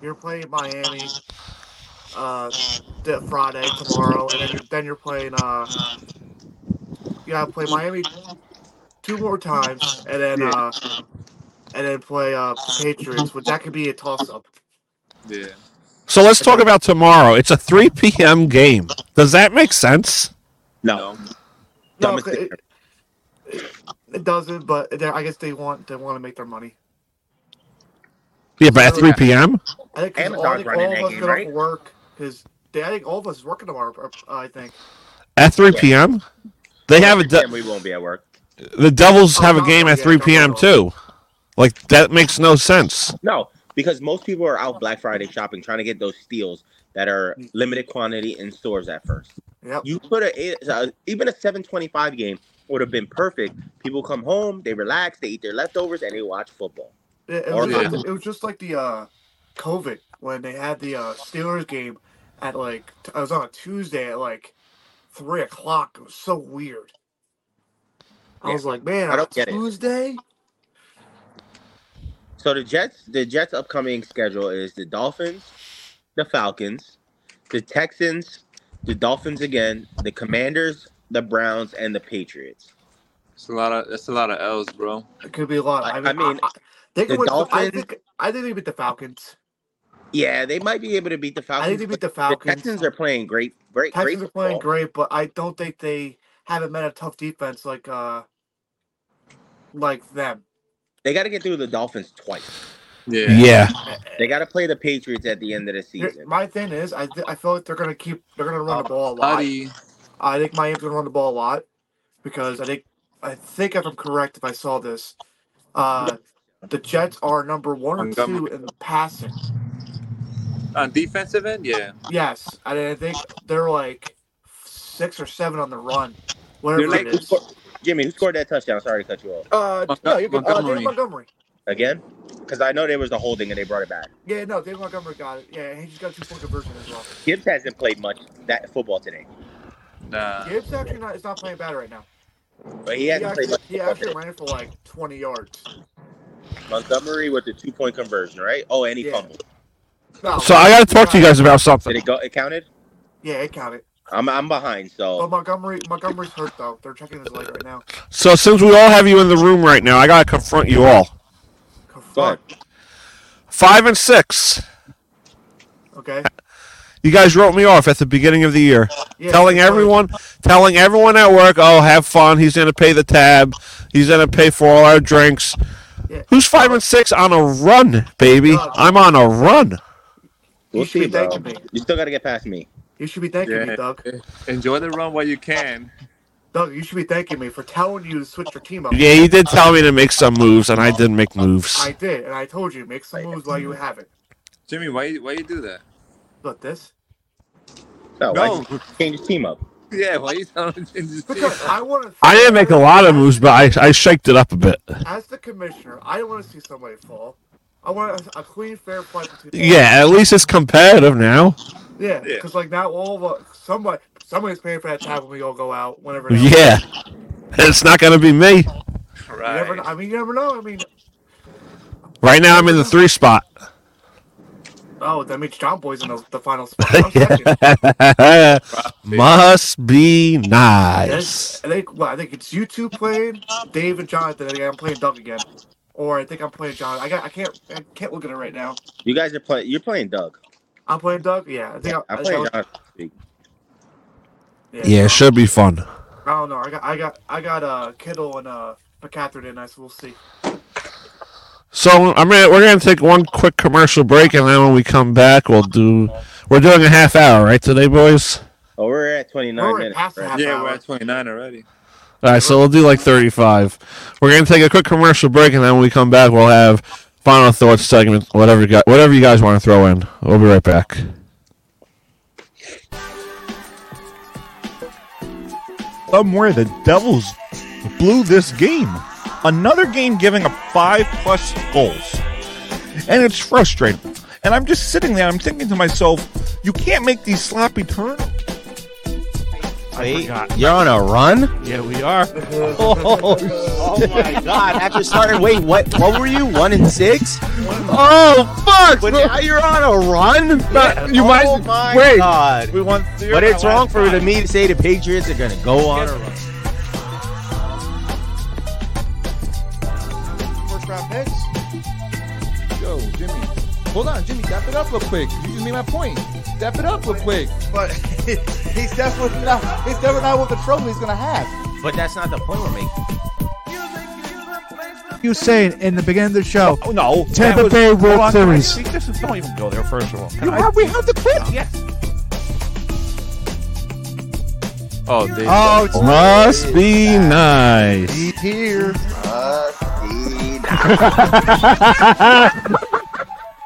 G: you're playing Miami, uh, th- Friday tomorrow, and then you're, then you're playing uh, you gotta play Miami two more times, and then uh, and then play uh, Patriots. But that could be a toss up.
E: Yeah.
J: So let's talk about tomorrow. It's a 3 p.m. game. Does that make sense?
C: No.
G: No, it, it, it doesn't. But they- I guess they want they want to make their money.
J: Yeah, but at 3 p.m.
G: I think 'cause all, I
C: Amazon's
G: think
C: running
G: all
C: that
G: of us
C: game,
G: get off
C: right?
G: of work because I think all of us working tomorrow. uh, I think.
J: At 3 p.m. They have a de-
C: And we won't be at work.
J: the Devils have a game at 3 p.m. too. Like that makes no sense.
C: No, because most people are out Black Friday shopping trying to get those steals that are limited quantity in stores at first.
G: Yep.
C: You put a eight- uh, even a 725 game would have been perfect. People come home, they relax, they eat their leftovers, and they watch football.
G: It, it
C: Or-
G: was, like the- it was just like the uh, COVID when they had the uh, Steelers game at like t- I was on a Tuesday at like three o'clock. It was so weird. I was like, man,
C: I
G: on
C: don't get it.
G: Tuesday.
C: So the Jets, the Jets' upcoming schedule is the Dolphins, the Falcons, the Texans, the Dolphins again, the Commanders, the Browns, and the Patriots.
E: It's a lot of that's a lot of L's, bro.
G: It could be a lot. I mean,
C: I mean,
G: I- I- they
C: the
G: could win, I
C: Dolphins-
G: think I think they beat the Falcons.
C: Yeah, they might be able to beat the Falcons.
G: I think they beat the
C: The
G: Falcons.
C: Texans are playing great, great, great.
G: Texans are playing
C: football.
G: great, but I don't think they haven't met a tough defense like uh like them.
C: They got to get through the Dolphins twice.
E: Yeah.
J: Yeah.
C: They got to play the Patriots at the end of the season.
G: My thing is, I th- I feel like they're gonna keep they're gonna run the ball a lot.
E: Buddy.
G: I think Miami's gonna run the ball a lot because I think I think if I'm correct, if I saw this, uh, the Jets are number one or two in passing.
E: On defensive end, yeah.
G: Yes, and I think they're like six or seven on the run,
E: They're
G: whatever
E: like-
G: it is.
C: Jimmy, who scored that touchdawn? Sorry to cut you off.
G: Uh, no, you're good. Uh, David
E: Montgomery.
G: Montgomery.
C: Again? Because I know there was a holding and they brought it back.
G: Yeah, no, David Montgomery got it. Yeah, he just got a two point conversion as well.
C: Gibbs hasn't played much that football today,
J: Uh,
E: Nah.
G: Gibbs actually not is not playing bad right now.
C: but he
G: He
C: hasn't
G: actually,
C: played much.
G: he
C: football
G: actually
C: today.
G: ran it for like twenty yards.
C: Montgomery with the two point conversion, right? Oh, and he
G: Yeah.
C: fumbled.
G: No,
J: So I got to talk to you guys about
C: Did
J: something.
C: it go? It counted.
G: Yeah, it counted.
C: I'm I'm behind,
G: But
C: so
G: Montgomery Montgomery's hurt though. They're checking his leg right now.
J: So since we all have you in the room right now, I got to confront you all.
C: go ahead.
J: 5 and 6.
G: Okay.
J: You guys wrote me off at the beginning of the year,
G: Yeah,
J: telling
G: that's right.
J: everyone, telling everyone at work, "Oh, have fun. He's gonna pay the tab. He's gonna pay for all our drinks."
G: Yeah.
J: Who's five and six on a run, baby?
G: God.
J: I'm on a run.
C: We'll
G: you should
C: see,
G: be
C: bro.
G: thanking me.
C: You still got to get past me.
G: You should be thanking me,
E: Yeah.
G: Doug.
E: Enjoy the run while you can.
G: Doug, you should be thanking me for telling you to switch your team up.
J: Yeah, you did tell me to make some moves, and I did make moves.
G: I did, and I told you make some moves while you have it.
E: Jimmy, why you why you do that?
G: Look this.
C: No,
E: No.
C: I change his team up.
E: Yeah, why you telling him to just-
G: Because I want to.
J: I didn't make a lot of moves, but I I shaked it up a bit.
G: As the commissioner, I don't want to see somebody fall. I want a, a clean, fair fight between.
J: Yeah, at least it's competitive now.
G: Yeah,
E: Yeah.
G: because like now all of us, somebody, somebody's paying for that tab when we all go out, whenever. it is.
J: Yeah, it's not gonna be me.
G: You never,
E: Right.
G: I mean, you never know. I mean,
J: Right now, I'm in the three spot.
G: oh, that means John Boy's in the, the final spot.
J: Yeah.
G: Second.
J: Must be nice.
G: Yes. I think well, I think it's you two playing Dave and Jonathan. I think I'm playing Doug again, or I think I'm playing John. I got I can't I can't look at it right now.
C: You guys are playing. You're playing Doug.
G: I'm playing Doug. Yeah, I think I,
C: I'm
G: I
C: playing
G: think
C: John.
G: I- yeah,
J: Yeah,
G: so-
J: it should be fun.
G: I don't know. I got I got I got uh Kittle and uh McCaffrey tonight, so we'll see.
J: So I'm gonna, we're gonna take one quick commercial break, and then when we come back, we'll do. We're doing a half hour, right today, boys?
C: Oh, we're at 29
G: We're at
C: minutes.
G: half
C: right?
G: half
E: Yeah,
G: hour.
E: we're at twenty nine already.
J: All right, so we'll do like 35. We're gonna take a quick commercial break, and then when we come back, we'll have final thoughts segment, whatever you got, whatever you guys want to throw in. We'll be right back.
B: somewhere the Devils blew this game. Another game giving up five plus goals. And it's frustrating. And I'm just sitting there, I'm thinking to myself, you can't make these sloppy turnovers.
H: Wait, you're on a run?
J: Yeah, we are.
H: Oh, my god! After starting, wait, what? What were you? One and six? Oh fuck! But now you're on a run.
I: you might-
H: Oh my
I: wait.
H: god!
I: We won.
H: But it's wrong for me to say the Patriots are gonna go on a run.
G: First round picks.
I: Jimmy. Hold on, Jimmy. Dap it up real quick. You just made my point. Dap it up real quick.
K: But he's definitely not. He's definitely not what the trophy he's gonna have.
H: But that's not the point we're making.
A: You saying in the beginning of the show?
B: Oh, no,
A: Tampa
B: that was-
A: Bay
B: hold
A: World
B: on,
A: Series.
B: see, this is- don't even go there. First of all, Can
K: You
B: I-
K: have, we have the clip.
B: Yes.
L: Oh, Dave.
A: Oh, it's
J: Must be nice.
A: here.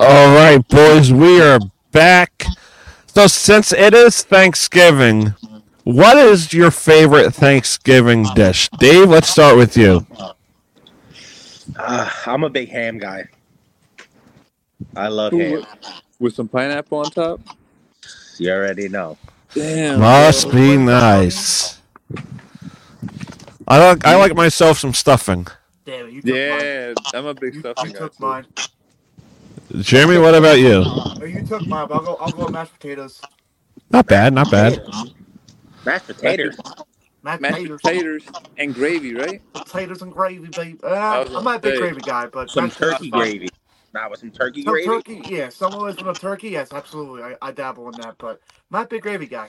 J: All right, boys, we are back. So, since it is Thanksgiving, what is your favorite Thanksgiving dish? Dave, let's start with you.
C: Uh, I'm a big ham guy. I love ham.
E: With some pineapple on top?
C: You already know.
E: Damn.
J: Must be nice. I like I like myself some stuffing.
G: Damn it, you took
E: Yeah, I'm a big stuffing guy.
G: took mine.
J: Jeremy, what about you?
G: Or you took mine, but I'll go. I'll go with mashed potatoes.
J: Not bad, not bad.
C: Mashed
E: potatoes.
G: Mashed,
E: Mashed
G: potatoes.
E: potatoes and gravy, right?
G: Potatoes and gravy, baby. Uh,
E: was
G: I'm
E: gonna
G: not a big
E: say,
G: gravy guy, but
C: Some
G: mashed potatoes
C: turkey
G: is fine.
C: gravy. Not with some turkey
G: Some
C: gravy.
G: turkey, yeah. Someone with a turkey, yes, absolutely. I, I dabble in that, but I'm not a big gravy guy.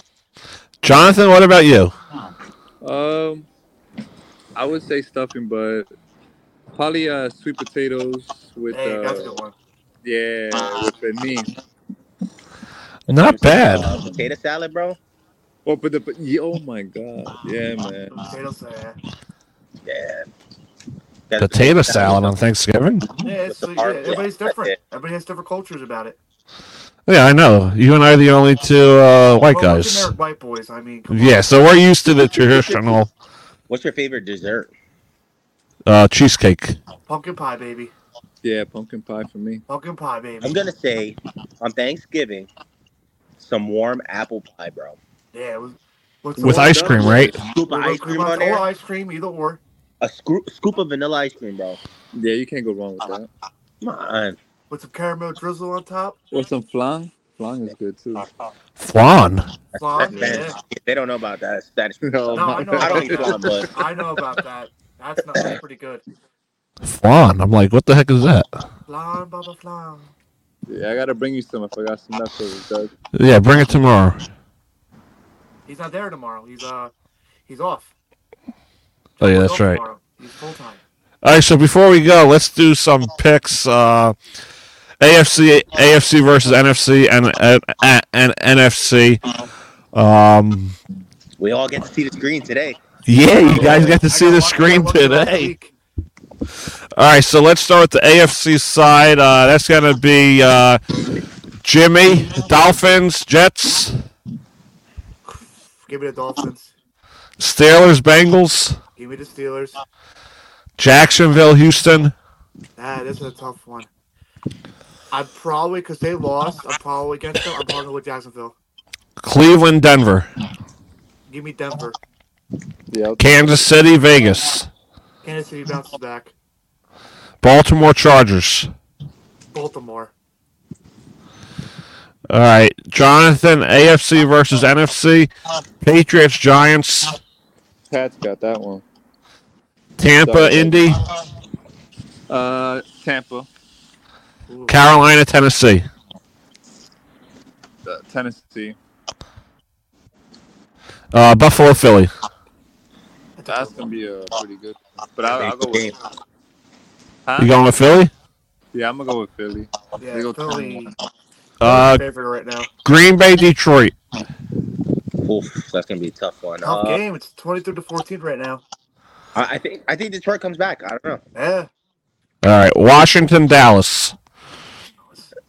J: Jonathan, what about you?
E: Um, I would say stuffing, but probably uh, sweet potatoes with
G: Hey,
E: uh,
G: that's a good one.
E: yeah, with beneath.
J: Not bad.
C: uh, Potato salad, bro.
E: Oh, but the but, yeah, oh my god, yeah, man.
G: Potatoes, uh,
C: Yeah.
J: Potato salad on Thanksgiving?
G: yeah, it's, yeah,
C: hard-
G: everybody's different. Everybody has different cultures about it.
J: Yeah, I know. You and I are the only two uh, white
G: Well, we're
J: guys.
G: generic white boys. I mean, come on.
J: Yeah, so we're used to the traditional
C: What's your favorite dessert?
J: uh, cheesecake.
G: pumpkin pie, baby.
E: Yeah, pumpkin pie for me.
G: Pumpkin pie, baby.
C: I'm gonna say on Thanksgiving, some warm apple pie, bro.
G: Yeah, with,
J: With ice cream, right?
C: Scoop of ice cream on there.
G: Or ice cream, either or.
C: A scro- scoop of vanilla ice cream, bro.
E: Yeah, you can't go wrong with that.
C: Come on.
G: With some caramel drizzle on top.
E: Or some flan. Flan is good too.
J: Flan.
G: Flan,
C: That's-
G: yeah.
C: They don't know about that. That's
E: No,
G: No, I know.
C: I don't
G: About
C: eat flan,
G: that.
C: but
G: I know about that. That's not that's pretty good.
J: Flan. I'm like, what the heck is that?
G: Flan, baba flan.
E: Yeah, I gotta bring you some. I forgot some leftovers, Doug.
J: Yeah, bring it tomorrow.
G: He's not there tomorrow. He's uh, he's off.
J: Oh, yeah,
G: He's
J: that's
G: off
J: right.
G: tomorrow. He's full time.
J: All right, so before we go, let's do some picks. Uh, AFC, AFC versus NFC, and and, and, NFC. Um,
C: we all get to see the screen today.
J: yeah, you guys got to see the screen today. All right, so let's start with the AFC side. Uh, that's gonna be uh, Jimmy, Dolphins, Jets,
G: Give me the Dolphins.
J: Steelers, Bengals,
G: Give me the Steelers.
J: Jacksonville, Houston.
G: Ah, this is a tough one. I'm probably because they lost. I'm probably against them. I'm probably with Jacksonville.
J: Cleveland, Denver,
G: Give me Denver.
J: Kansas City, Vegas,
G: Kansas City bounces back.
J: Baltimore Chargers.
G: Baltimore.
J: All right, Jonathan, AFC versus NFC, Patriots, Giants,
E: Pat's got that one.
J: Tampa, Indy,
E: Uh, Tampa,
J: Carolina, Tennessee.
E: uh, Tennessee.
J: Uh, Buffalo, Philly.
E: That's gonna be uh, pretty good. But I, I'll go with. Huh?
J: You going with Philly?
E: Yeah, I'm gonna go with Philly.
G: Yeah, Philly.
J: Uh,
G: favorite right now.
J: Green Bay, Detroit.
C: Oof, that's gonna be a tough one.
G: Tough
C: Uh,
G: game. It's 23 to 14 right now. Eh.
C: I I think I think Detroit comes back. I don't
G: Yeah.
J: All right, Washington, Dallas.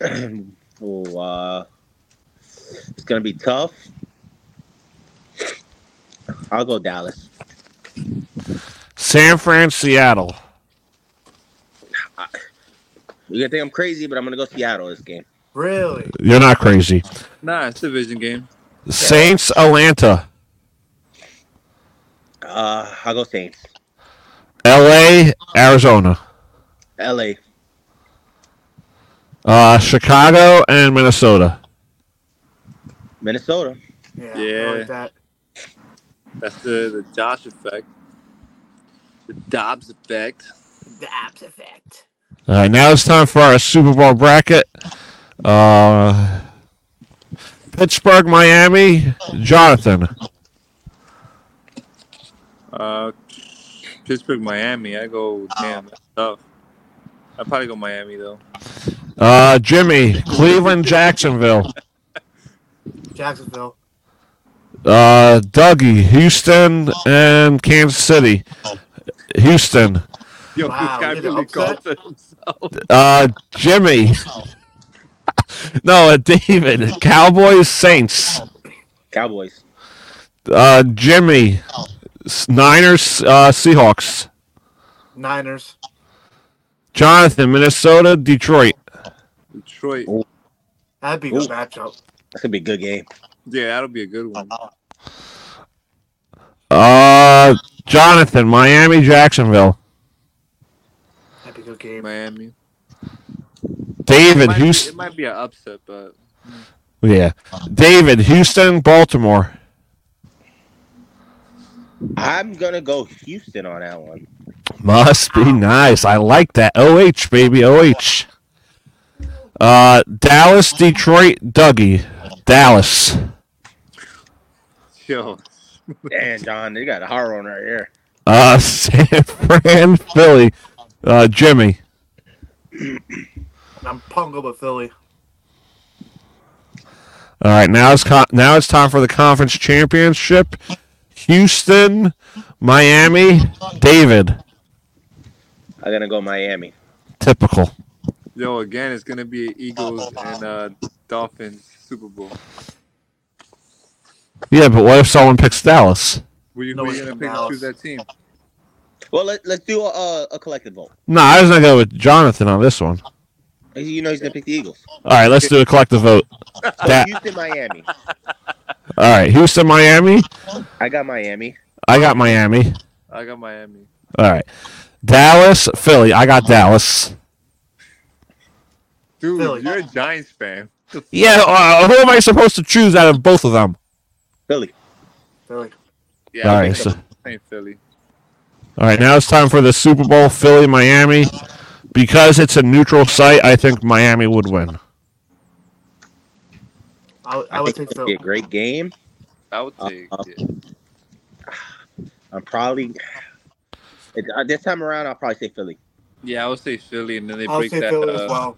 C: know. oh, uh, it's gonna be tough. I'll go Dallas.
J: San Fran, Seattle.
C: You're gonna think I'm crazy, but I'm gonna go Seattle this game.
G: Really?
J: You're not crazy.
E: Nah, it's a division game.
J: Saints, Atlanta.
C: Uh, I'll go Saints.
J: L.A., Arizona.
C: LA.
J: Uh, Chicago and Minnesota.
C: Minnesota.
G: Yeah.
E: that. That's the, the Josh effect. The Dobbs effect.
G: Dobbs effect.
J: All right, now it's time for our Super Bowl bracket. Uh, Pittsburgh, Miami, Jonathan.
E: Uh, Pittsburgh, Miami. I go, damn, that's tough. I probably go Miami though.
J: Uh, Jimmy, Cleveland, Jacksonville.
G: Jacksonville.
J: Uh, Dougie, Houston, and Kansas City. Houston.
E: Yo, this guy really called himself.
J: Uh, Jimmy. no, uh, David. Cowboys, Saints.
C: Cowboys.
J: Uh, Jimmy. S- Niners, uh, Seahawks.
G: Niners.
J: Jonathan, Minnesota, Detroit.
E: Detroit.
G: That'd be a good matchup.
C: That's gonna be a good game.
E: Yeah, that'll be a good one.
J: Uh, Jonathan, Miami, Jacksonville.
G: That'd be a good game.
E: Miami.
J: David,
E: it might, be-
J: Houston.
E: It might be an upset, but
J: Yeah. David, Houston, Baltimore.
C: I'm gonna go Houston on that one.
J: Must be nice. I like that. OH, baby. OH. Uh, Dallas, Detroit, Dougie. Dallas.
E: Yo.
C: Damn, John, they got a hard one right here.
J: Uh, San Fran, Philly. Uh, Jimmy.
G: And I'm pungo with Philly.
J: All right, now it's co- now it's time for the conference championship. Houston, Miami, David.
C: I'm gonna go Miami.
J: Typical.
E: Yo, again, it's gonna be Eagles and uh, Dolphins Super Bowl.
J: Yeah, but what if someone picks Dallas?
E: Were you,
C: No
E: were
C: one's
E: you gonna
C: in
E: pick and
C: Dallas.
E: choose that team?
C: Well, let, let's do a, a collective vote.
J: No, I was gonna go with Jonathan on this one.
C: You know he's gonna pick the Eagles.
J: All right, let's do a collective vote.
C: So
J: That,
C: Houston, Miami.
J: all right, Houston, Miami.
C: I got Miami.
J: I got Miami.
E: I got Miami.
J: All right, Dallas, Philly. I got Dallas.
E: Dude, you're a Giants fan.
J: Yeah, uh, who am I supposed to choose out of both of them?
C: Philly.
G: Philly.
E: Yeah,
J: All
E: I
J: right,
E: think
J: so-
E: I'm saying Philly.
J: All right, now it's time for the Super Bowl, Philly, Miami. Because it's a neutral site, I think Miami would win.
G: I,
C: I, would think it's gonna be a great game.
E: I would take.
J: Uh,
C: I'm probably it, uh, this time around. I'll probably say Philly.
E: Yeah, I would say Philly, and then they
G: I'll
E: break
G: say
E: that.
G: Philly
E: uh,
G: as well.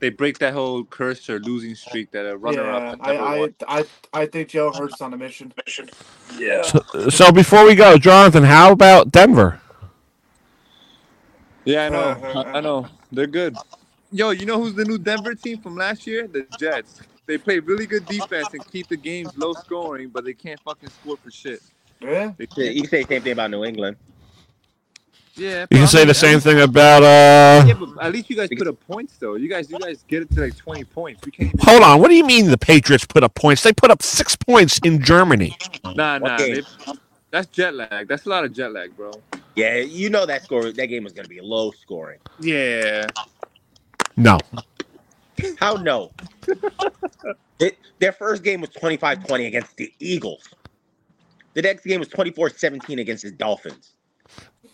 E: They break that whole curse or losing streak that a
G: Yeah,
E: runner-up.
G: I, I, I, I think Joe Hurts on a mission. Mission.
E: Yeah.
J: So, so before we go, Jonathan, how about Denver?
E: Yeah,
G: Uh,
E: I know. I- I know. They're good. Yo, you know who's the new Denver team from last year? The Jets. They play really good defense and keep the games low scoring, but they can't fucking score for shit.
G: Yeah.
C: You can say the same thing about New England.
E: Yeah.
J: You can say the same thing about. uh
E: Yeah, but at least you guys put up points though. You guys, you guys get it to like twenty points. We can't.
J: Hold on, what do you mean the Patriots put up points? They put up six points in Germany.
E: Nah, nah. they- that's jet lag. That's a lot of jet lag, bro.
C: Yeah, you know that score. That game was gonna be low scoring.
E: Yeah.
J: No.
C: How no? It- their first game was 25-20 against the Eagles. The next game was 24-17 against the Dolphins.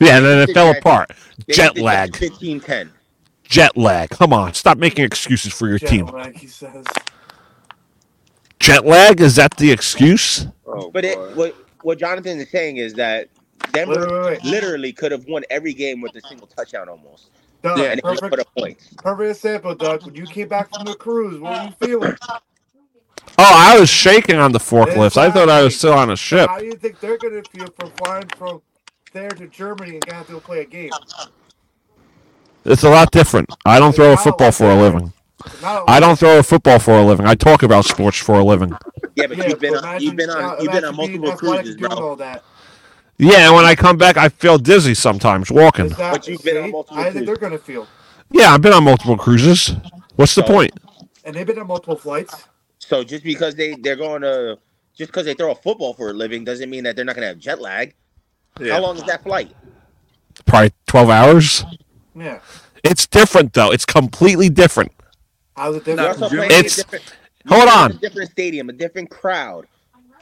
J: Yeah, and then it
C: They
J: fell
C: had-
J: apart.
C: they
J: Jet
C: did
J: lag.
C: 15-10.
J: Jet lag. Come on, stop making excuses for your team.
G: Like he says.
J: Jet lag? Is that the excuse?
E: Oh,
C: but it, what what Jonathan is saying is that Denver literally could have won every game with a single touchdown almost.
G: Doug,
C: and it just
G: perfect,
C: put up points.
G: perfect example, Doug. When you came back from the cruise, what were you feeling?
J: Oh, I was shaking on the forklifts. I thought I was still on a ship.
G: How do you think they're going to feel from flying from there to Germany and have to play a game?
J: It's a lot different. I don't throw a football for a living. I don't throw a football for a living. I talk about sports for a living.
C: Yeah, but you've been on, you've been
G: Now,
C: on you've been on
G: imagine being
C: multiple
G: athletic
C: cruises,
G: doing
C: bro.
G: all that.
J: Yeah, and when I come back, I feel dizzy sometimes walking.
G: But you've been on multiple. I think they're gonna feel,
J: Yeah, I've been on multiple cruises. What's the point?
G: and they've been on multiple flights.
C: So just because they they're going to just because they throw a football for a living doesn't mean that they're not going to have jet lag. How long is that flight?
J: Probably 12 hours.
G: Yeah.
J: It's different, though. It's completely different.
G: How's it
C: You're
G: different?
C: also playing in a
J: It's.
C: different-
J: Hold
C: you're in
J: on.
C: a different stadium, a different crowd.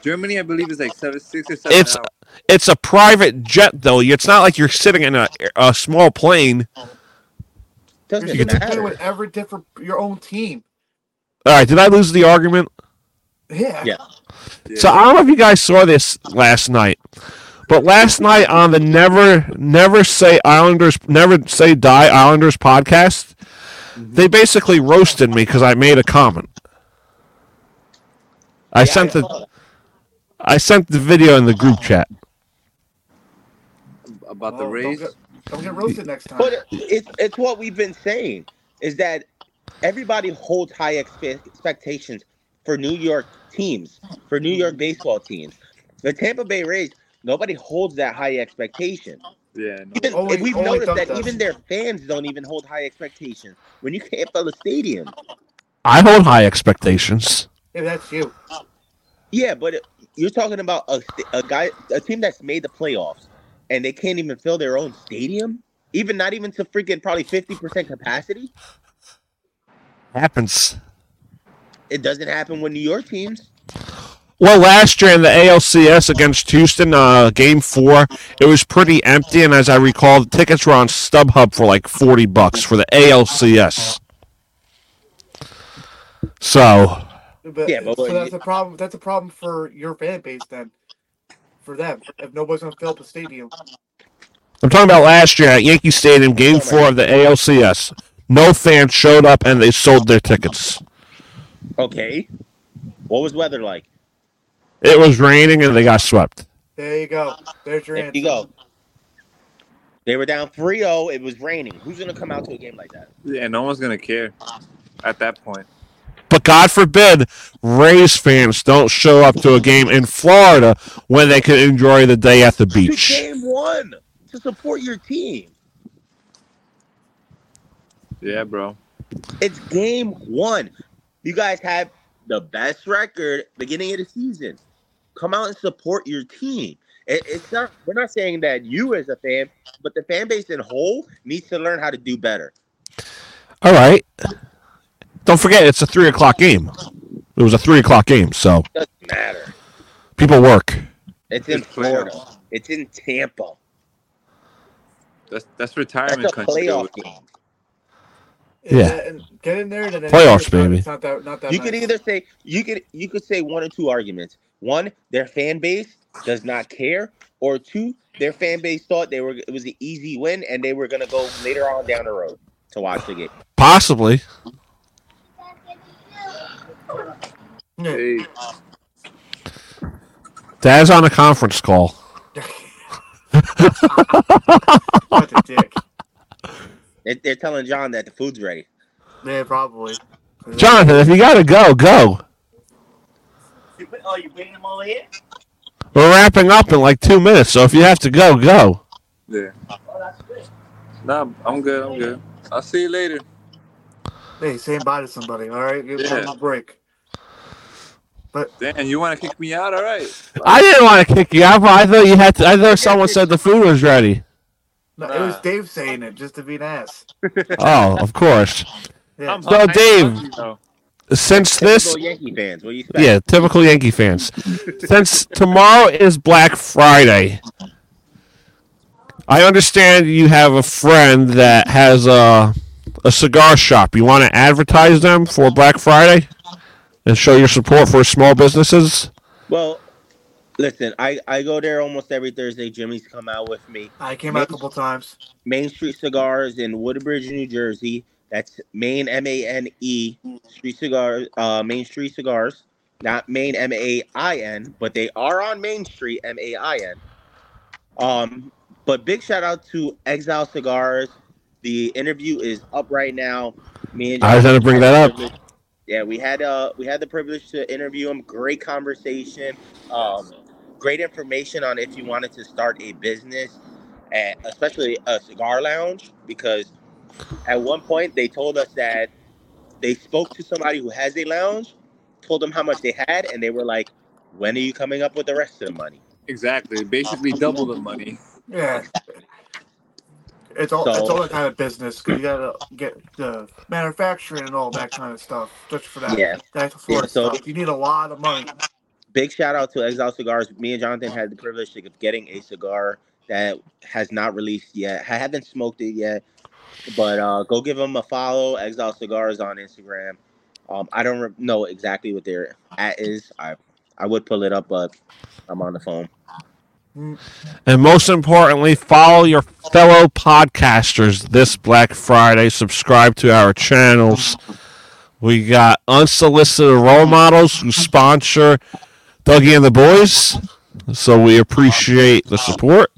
E: Germany, I believe, is like seven, six or seven
J: it's
E: hours.
J: it's a private jet though. It's not like you're sitting in a, a small plane.
G: You're
J: You
G: you
J: get
G: play with every different your own team.
J: All right, did I lose the argument?
G: Yeah.
C: Yeah.
J: So I don't know if you guys saw this last night, but last night on the Never Never Say Islanders Never Say Die Islanders podcast, they basically roasted me because I made a comment. I sent the I sent the video in the group chat.
E: About the raise.
G: Oh, Don't get roasted next time.
C: But it's it's what we've been saying is that everybody holds high expe- expectations for New York teams, for New York baseball teams. The Tampa Bay Rays, nobody holds that high expectation.
E: Yeah. No.
C: Even,
G: Only-
C: and we've
G: only
C: noticed
G: Dunk
C: that
G: does.
C: even their fans don't even hold high expectations when you can't fill a stadium.
J: I hold high expectations.
G: Yeah, that's you.
C: Yeah, but it- you're talking about a, st- a guy, a team that's made the playoffs, and they can't even fill their own stadium, even not even to freaking probably fifty percent capacity.
J: Happens.
C: It doesn't happen with New York teams.
J: Well, last year in the ALCS against Houston, uh, game four, it was pretty empty, and as I recall, the tickets were on StubHub for like forty bucks for the ALCS. So
G: But,
C: Yeah, but
G: so
C: when
G: that's
C: you-
G: a problem. That's a problem for your fan base then. For them, if nobody's gonna fill up the stadium,
J: I'm talking about last year at Yankee Stadium, game four of the ALCS. No fans showed up, and they sold their tickets.
C: Okay, what was weather like?
J: It was raining, and they got swept.
G: there you go. There's your
C: There
G: answer.
C: you go. They were down 3-0. It was raining. Who's gonna come out to a game like that?
E: Yeah, no one's gonna care at that point.
J: But God forbid Rays fans don't show up to a game in Florida when they could enjoy the day at the
C: To
J: beach.
C: game one to support your team.
E: Yeah, bro.
C: It's game one. You guys have the best record beginning of the season. Come out and support your team. It- it's not. We're not saying that you as a fan, but the fan base in whole needs to learn how to do better.
J: All right. Don't forget, it's a three o'clock game. It was a three o'clock game, so
C: Doesn't matter.
J: people work.
C: It's in Florida. It's in Tampa.
E: That's that's retirement
C: That's a
E: country. though.
C: playoff game.
J: Yeah.
G: And get in there. Then
J: Playoffs, baby.
G: It's not that. Not that.
C: You
G: nice.
C: could either say you could you could say one or two arguments. One, their fan base does not care, or two, their fan base thought they were it was an easy win and they were gonna go later on down the road to watch the game.
J: Possibly.
E: Hey,
J: Dad's on a conference call.
G: Such a dick.
C: They, they're telling John that the food's ready.
G: Yeah, probably.
J: Jonathan, if you gotta go, go.
M: Oh, you bringing them over here?
J: We're wrapping up in like two minutes, so if you have to go, go.
E: yeah. Nah, I'm good. I'm good. I'll see you later.
G: Hey, saying bye to somebody. All right, give
E: Yeah.
G: them a break. But
E: Dan, you want to kick me out? All right.
J: I didn't want to kick you out, but I thought you had to. I thought someone said the food was ready.
G: No, it was Dave saying it just to be an ass.
J: Oh, of course.
G: Yeah.
J: So, hungry, Dave, hungry, Since this,
C: Typical Yankee fans, what do you expect?
J: yeah, typical Yankee fans. Since tomorrow is Black Friday, I understand you have a friend that has a a cigar shop. You want to advertise them for Black Friday and show your support for small businesses.
C: Well, listen, I I go there almost every Thursday. Jimmy's come out with me.
G: I came out a couple times.
C: Main Street Cigars in Woodbridge, New Jersey. That's Main M A N E Street Cigars, uh, Main Street Cigars, not Main M A I N, but they are on Main Street M A I N. Um, but big shout out to Exile Cigars. The interview is up right now. Me and
J: I was gonna bring that up.
C: Yeah, we had uh we had the privilege to interview him. Great conversation. Um, great information on if you wanted to start a business, at, especially a cigar lounge, because at one point they told us that they spoke to somebody who has a lounge, told them how much they had, and they were like, "When are you coming up with the rest of the money?"
E: Exactly, basically double the money.
G: Yeah. It's all it's
C: So-
G: all that kind of business. 'cause you gotta get the manufacturing and all that kind of stuff just for that.
C: Yeah.
G: That's Florida
C: Yeah, so-
G: stuff. You need a lot of money.
C: big shout out to Exile Cigars. Me and Jonathan had the privilege of getting a cigar that has not released yet. I haven't smoked it yet, but uh, go give them a follow. Exile Cigars on Instagram. Um, I don't re- know exactly what their at is. I I would pull it up, but I'm on the phone.
B: And most importantly, follow your fellow podcasters this Black Friday. Subscribe to our channels. We got unsolicited role models who sponsor Dougie and the Boys. So we appreciate the support.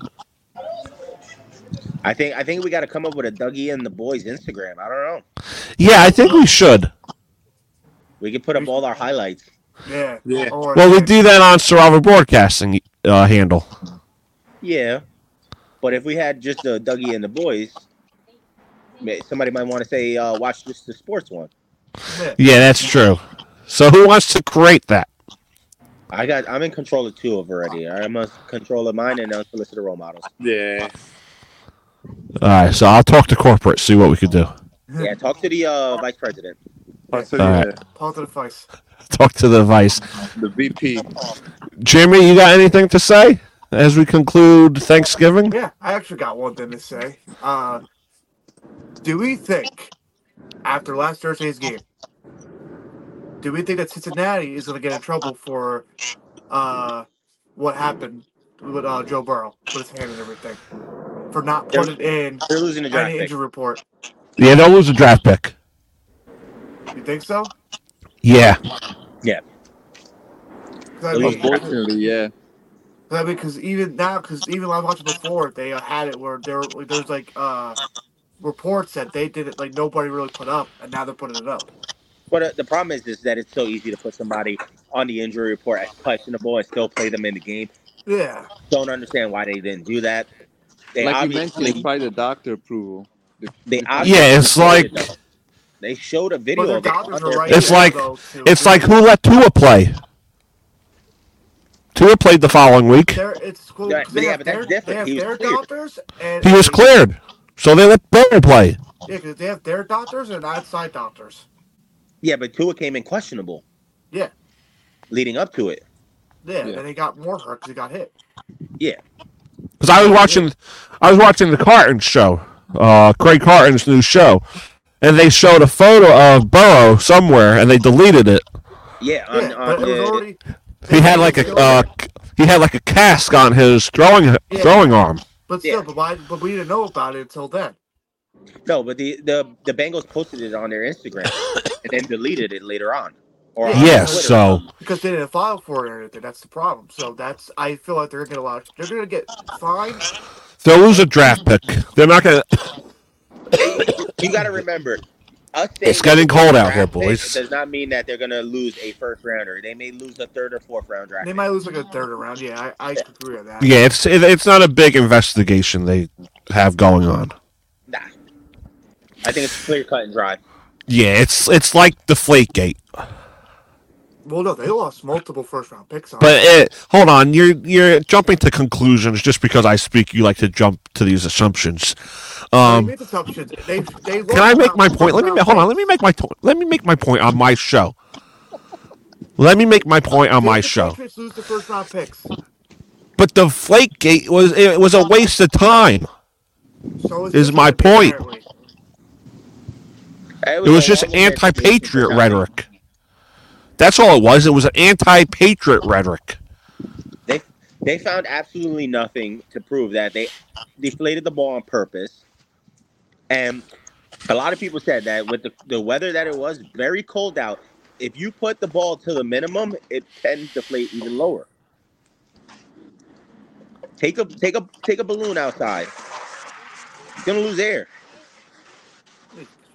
C: I think I think we got to come up with a Dougie and the boys Instagram. I don't know.
B: Yeah, I think we should.
C: We can put up all our highlights.
G: Yeah.
E: Yeah.
B: Well, we do that on Survivor Broadcasting uh, handle.
C: Yeah, but if we had just the Dougie and the boys, may- somebody might want to say, uh, "Watch just the sports one."
B: Yeah, that's true. So who wants to create that?
C: I got. I'm in control of two of already. I'm a control of mine and unsolicited role models.
E: Yeah.
B: All right, so I'll talk to corporate, see what we could do.
G: Mm.
C: Yeah. Talk to the uh, vice president.
B: All right.
G: Talk to the vice.
B: Talk to the vice.
E: The VP.
B: Jimmy, you got anything to say as we conclude Thanksgiving?
G: Yeah, I actually got one thing to say. Uh, do we think after last Thursday's game, do we think that Cincinnati is going to get in trouble for uh, what happened with uh, Joe Burrow with his hand and everything for not putting in
C: they're losing the
G: an
C: draft pick.
G: injury report?
B: Yeah, they'll lose a draft pick.
G: You think so?
B: Yeah.
C: Yeah.
G: 'Cause I mean,
E: Unfortunately, yeah.
G: I mean, because even now, because even I watched it before, they uh, had it where there like, there's like uh, reports that they did it like nobody really put up, and now they're putting it up.
C: But uh, the problem is, is that it's so easy to put somebody on the injury report as questionable and still play them in the game.
G: Yeah.
C: Don't understand why they didn't do that. They
E: like you mentioned, it's
C: obviously,
E: probably the doctor approval.
C: they obviously
B: Yeah, it's like
C: they showed a video
G: their
C: of it.
G: doctors
C: on
G: are
C: their
G: right
B: it's
C: phone.
B: like it's like who let Tua play? Tua played the following week.
G: They're, it's cool.
C: Yeah,
G: 'cause they
C: yeah,
G: have
C: but that's
G: their,
C: different.
G: They have
C: He was
G: their
C: cleared.
G: doctors, and
B: He was cleared, so they let Barry play.
G: Yeah, 'cause they have their doctors and outside doctors.
C: Yeah, but Tua came in questionable
G: Yeah,
C: leading up to it.
G: yeah. And they got more hurt because he got hit.
C: Yeah.
B: Because I was watching, I was watching the Carton show, uh, Craig Carton's new show, and they showed a photo of Burrow somewhere, and they deleted it.
C: Yeah, on, on
G: but it was
C: the-
G: already.
B: He had like a uh, c- he had like a cask on his throwing
G: Yeah.
B: throwing arm.
G: But still, but, why, but we didn't know about it until then.
C: No, but the, the the Bengals posted it on their Instagram and then deleted it later on. Or on
B: Yes,
C: Twitter.
B: so
G: because they didn't file for it or anything. That's the problem. So that's I feel like they're gonna get a lot. Of, they're gonna get fined.
B: they'll lose a draft pick. They're not gonna.
C: you got to remember, us
B: It's getting
C: saying that they're
B: cold
C: gonna
B: out here,
C: draft pick
B: boys.
C: does not mean that they're going to lose a first rounder. They may lose a third or fourth round draft.
G: They
C: pick.
G: might lose like a third round. Yeah, I, I agree with that.
B: Yeah, it's it, it's not a big investigation they have going on.
C: Nah, I think it's clear cut and dry.
B: Yeah, it's it's like the flake gate.
G: Well, no, they lost multiple first round picks on.
B: But it, hold on, you're you're jumping to conclusions just because I speak. You like to jump to these assumptions.
G: um,
B: Um,
G: they made assumptions. They, they
B: can I make my point? Let me hold on. Let me make my to- let me make my point on my show. Let me make my point on my show.
G: Patriots lose the first round picks.
B: But the flake gate was it was a waste of time.
G: So
B: Is my point. It was just anti-patriot rhetoric. That's all it was. It was an anti-patriot rhetoric.
C: They they found absolutely nothing to prove that they deflated the ball on purpose. And a lot of people said that with the, the weather that it was, very cold out. If you put the ball to the minimum, it can deflate even lower. Take a take a take a balloon outside. It's gonna lose air.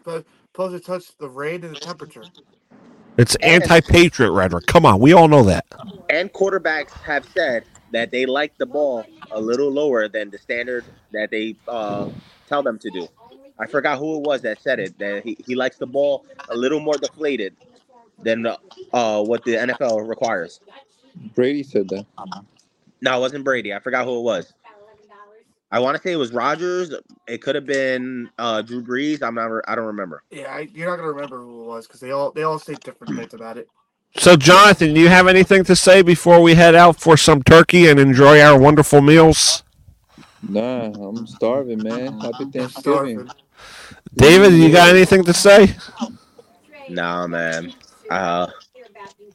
G: But supposed to touch the rain and the temperature.
B: It's anti-patriot rhetoric. Come on, we all know that.
C: And quarterbacks have said that they like the ball a little lower than the standard that they uh, tell them to do. I forgot who it was that said it. That he, he likes the ball a little more deflated than the, uh, what the NFL requires.
N: Brady said that.
C: No, it wasn't Brady. I forgot who it was. I want to say it was Rogers. It could have been uh, Drew Brees. I'm not. I don't remember.
G: Yeah, I, you're not gonna remember who it was because they all they all say different things about it.
B: So, Jonathan, do you have anything to say before we head out for some turkey and enjoy our wonderful meals?
N: Nah, I'm starving, man. Happy Thanksgiving.
B: David, you got anything to say?
C: Nah, man. Uh,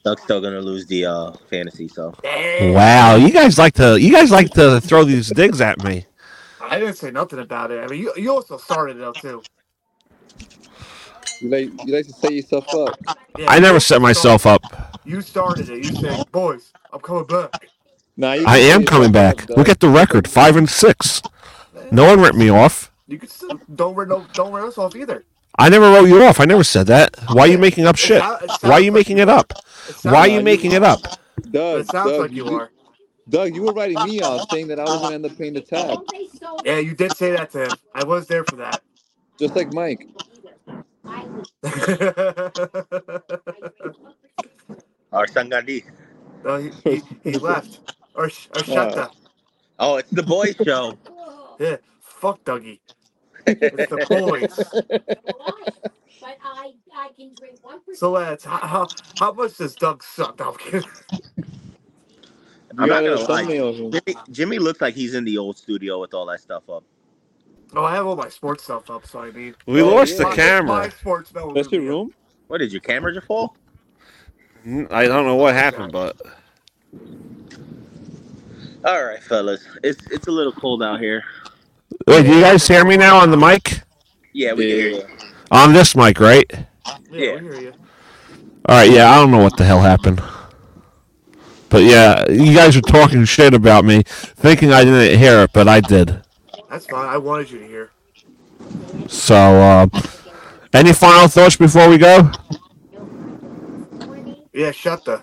C: Duck's still gonna lose the uh, fantasy. So
B: Wow, you guys like to you guys like to throw these digs at me.
G: I didn't say nothing about it. I mean, you, you also started it up too.
N: You like you like to set yourself up.
G: Yeah,
B: I never set myself up.
G: You started it. You said, "Boys, I'm coming back."
N: Nah, you
B: I am coming back. Look at the record, five and six. No one ripped me off.
G: You can still don't run no, don't run us off either.
B: I never wrote you off. I never said that. Why are you making up shit?
G: not- it's
B: Why are you making it up? Why are you making it up?
N: Doug,
G: It sounds
N: Doug,
G: like you
N: did-
G: are.
N: Doug, you were writing me off saying that I was gonna end up paying the tab,
G: Yeah, you did say that to him. I was there for that.
N: just like Mike.
C: or Sangadi.
G: No, Oh, he, he, he left. Or sh- or
C: Wow.
G: shut the
C: Oh, it's the boys show.
G: yeah. Fuck Dougie. It's the boys. so lads, how, how how much does Doug suck? No, I'm kidding.
C: I'm not
G: Yeah,
C: gonna lie.
G: thumbnails and-
C: Jimmy, Jimmy looks like he's in the old studio with all that stuff up.
G: No, Oh, I have all my sports stuff up, so I mean.
B: We lost the
G: My-
B: camera.
G: My sports no,
C: That's
G: your
N: room.
C: What did your camera just fall?
B: I don't know what happened, but
C: All right, fellas, it's it's a little cold out here.
B: wait, do you guys hear me now on the mic?
C: Yeah, we can hear you.
B: On this mic, right?
G: Yeah, we hear you.
B: All right, yeah, I don't know what the hell happened. But yeah, you guys are talking shit about me, thinking I didn't hear it, but I did.
G: That's fine. I wanted you to hear.
B: So, uh, any final thoughts before we go?
G: Yeah, shut the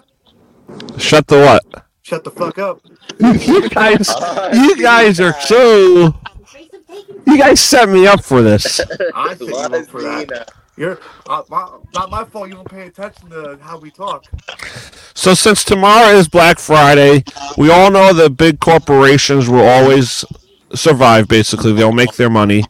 B: Shut the what?
G: shut the fuck up.
B: you guys, you guys are so. You guys set me up for this.
G: I set you up for that. You're uh, my, not my fault. You don't pay attention to how we talk.
B: So since tomorrow is Black Friday, we all know that big corporations will always survive. Basically, they'll make their money.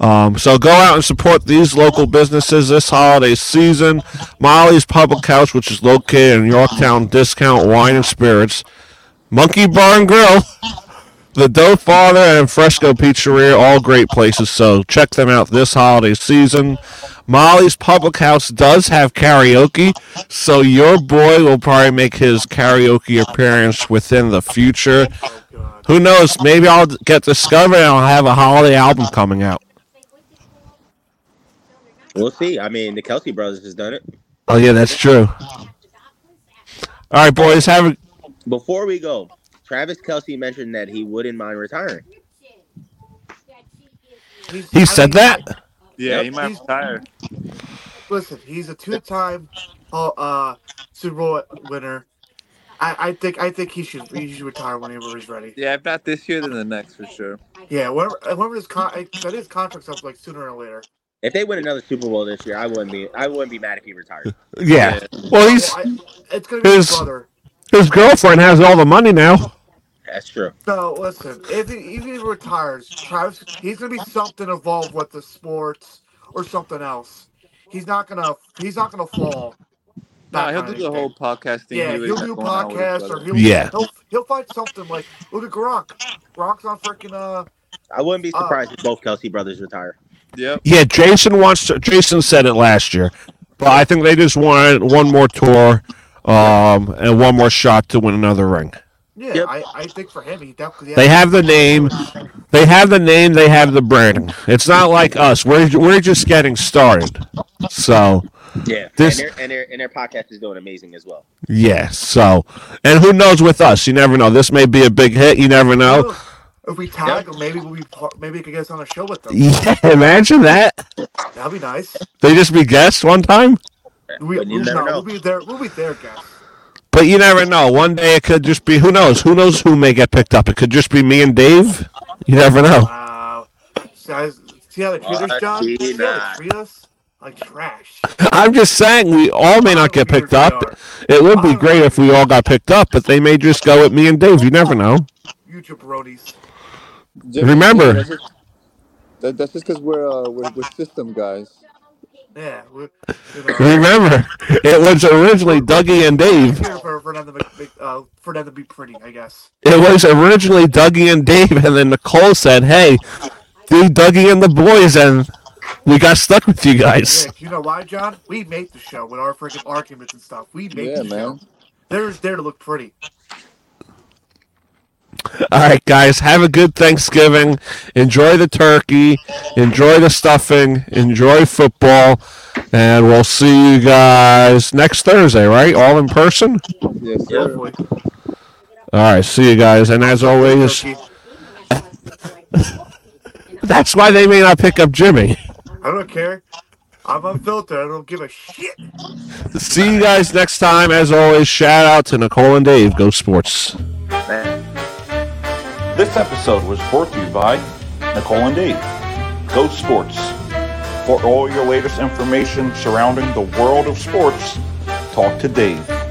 B: Um, so go out and support these local businesses this holiday season. Molly's Public House, which is located in Yorktown, Discount Wine and Spirits, Monkey Bar and Grill, the Dough Father, and Fresco Pizzeria, all great places. So check them out this holiday season. Molly's Public House does have karaoke, so your boy will probably make his karaoke appearance within the future.
G: Oh,
B: Who knows? Maybe I'll get discovered and I'll have a holiday album coming out.
C: We'll see. I mean, the Kelsey brothers has done it.
B: Oh, yeah, that's true. All right, boys, have a.
C: Before we go, Travis Kelsey mentioned that he wouldn't mind retiring.
B: He said that?
N: Yeah,
G: he
N: might retire.
G: Listen, he's a two-time uh, uh, Super Bowl winner. I, I think I think he should he should retire whenever he's ready.
N: Yeah, if not this year, then the next for sure.
G: Yeah, whenever whenever his con- I think his contract's up like sooner or later.
C: If they win another Super Bowl this year, I wouldn't be. I wouldn't be mad if he retired.
B: Yeah. Well, he's.
G: I, it's gonna be his
B: His,
G: brother.
B: his girlfriend has all the money now.
C: That's true.
G: No, listen. If he, even if he retires, Travis, he's gonna be something involved with the sports or something else. He's not gonna. He's not gonna fall.
N: Nah,
G: Back
N: he'll
G: on
N: do the
G: anything.
N: whole podcast thing.
G: Yeah,
N: he
G: he'll
N: was
G: do
N: going on with his
G: podcasts or
N: brother.
G: he'll
B: Yeah.
G: he'll he'll find something like look at Gronk. Gronk's on freaking uh
C: I wouldn't be surprised if both Kelsey brothers retire.
N: Yep.
B: Yeah, Jason wants to, Jason said it last year, but I think they just wanted one more tour um, and one more shot to win another ring.
G: yeah. I, I think for him he definitely
B: They have the name, they have the name, they have the branding. It's not like us. We're we're just getting started. So
C: Yeah.
B: This-
C: and, their, and their and their podcast is doing amazing as well.
B: yeah, so and who knows with us? You never know. This may be a big hit. You never know.
G: if we tag him maybe we'll be part, maybe we could get us on a show with them.
B: Yeah, imagine that.
G: That'd be nice.
B: They just be guests one time.
G: We,
B: you
G: we-
B: never
G: no,
B: know.
G: we'll be there. We'll be there, guys.
J: But you never know. One day it could just be who knows. Who knows who may get picked up? It could just be me and Dave. You never know.
G: See how- see how they treat us, John? See how they treat us? Like trash.
J: I'm just saying we all may not get picked up. It would be great if we all got picked up, but they may just go with me and Dave. You never know.
G: You jabronis.
J: Remember-
N: that's just- that, that's just because we're, uh, we're we're system guys.
G: Yeah, we're
J: Remember, it was originally Dougie and Dave.
G: here for Fernando, Mc- Mc- uh, Fernando be pretty, I guess.
J: It was originally Dougie and Dave, and then Nicole said, "Hey, do Dougie and the boys," and we got stuck with you guys.
G: Yeah, you know why, John? We make the show with our freaking arguments and stuff. We make
N: Yeah,
G: the
N: man.
G: show. They're just there to look pretty.
J: All right, guys, have a good Thanksgiving. Enjoy the turkey, enjoy the stuffing, enjoy football, and we'll see you guys next Thursday, right? All in person.
N: Yes, sir.
J: All right, see you guys, and as always, that's why they may not pick up Jimmy.
G: I don't care. I'm unfiltered. I don't give a shit.
J: See you guys next time. As always, shout out to Nicole and Dave. Go sports.
B: This episode was brought to you by Nicole and Dave, Go Sports. For all your latest information surrounding the world of sports, talk to Dave.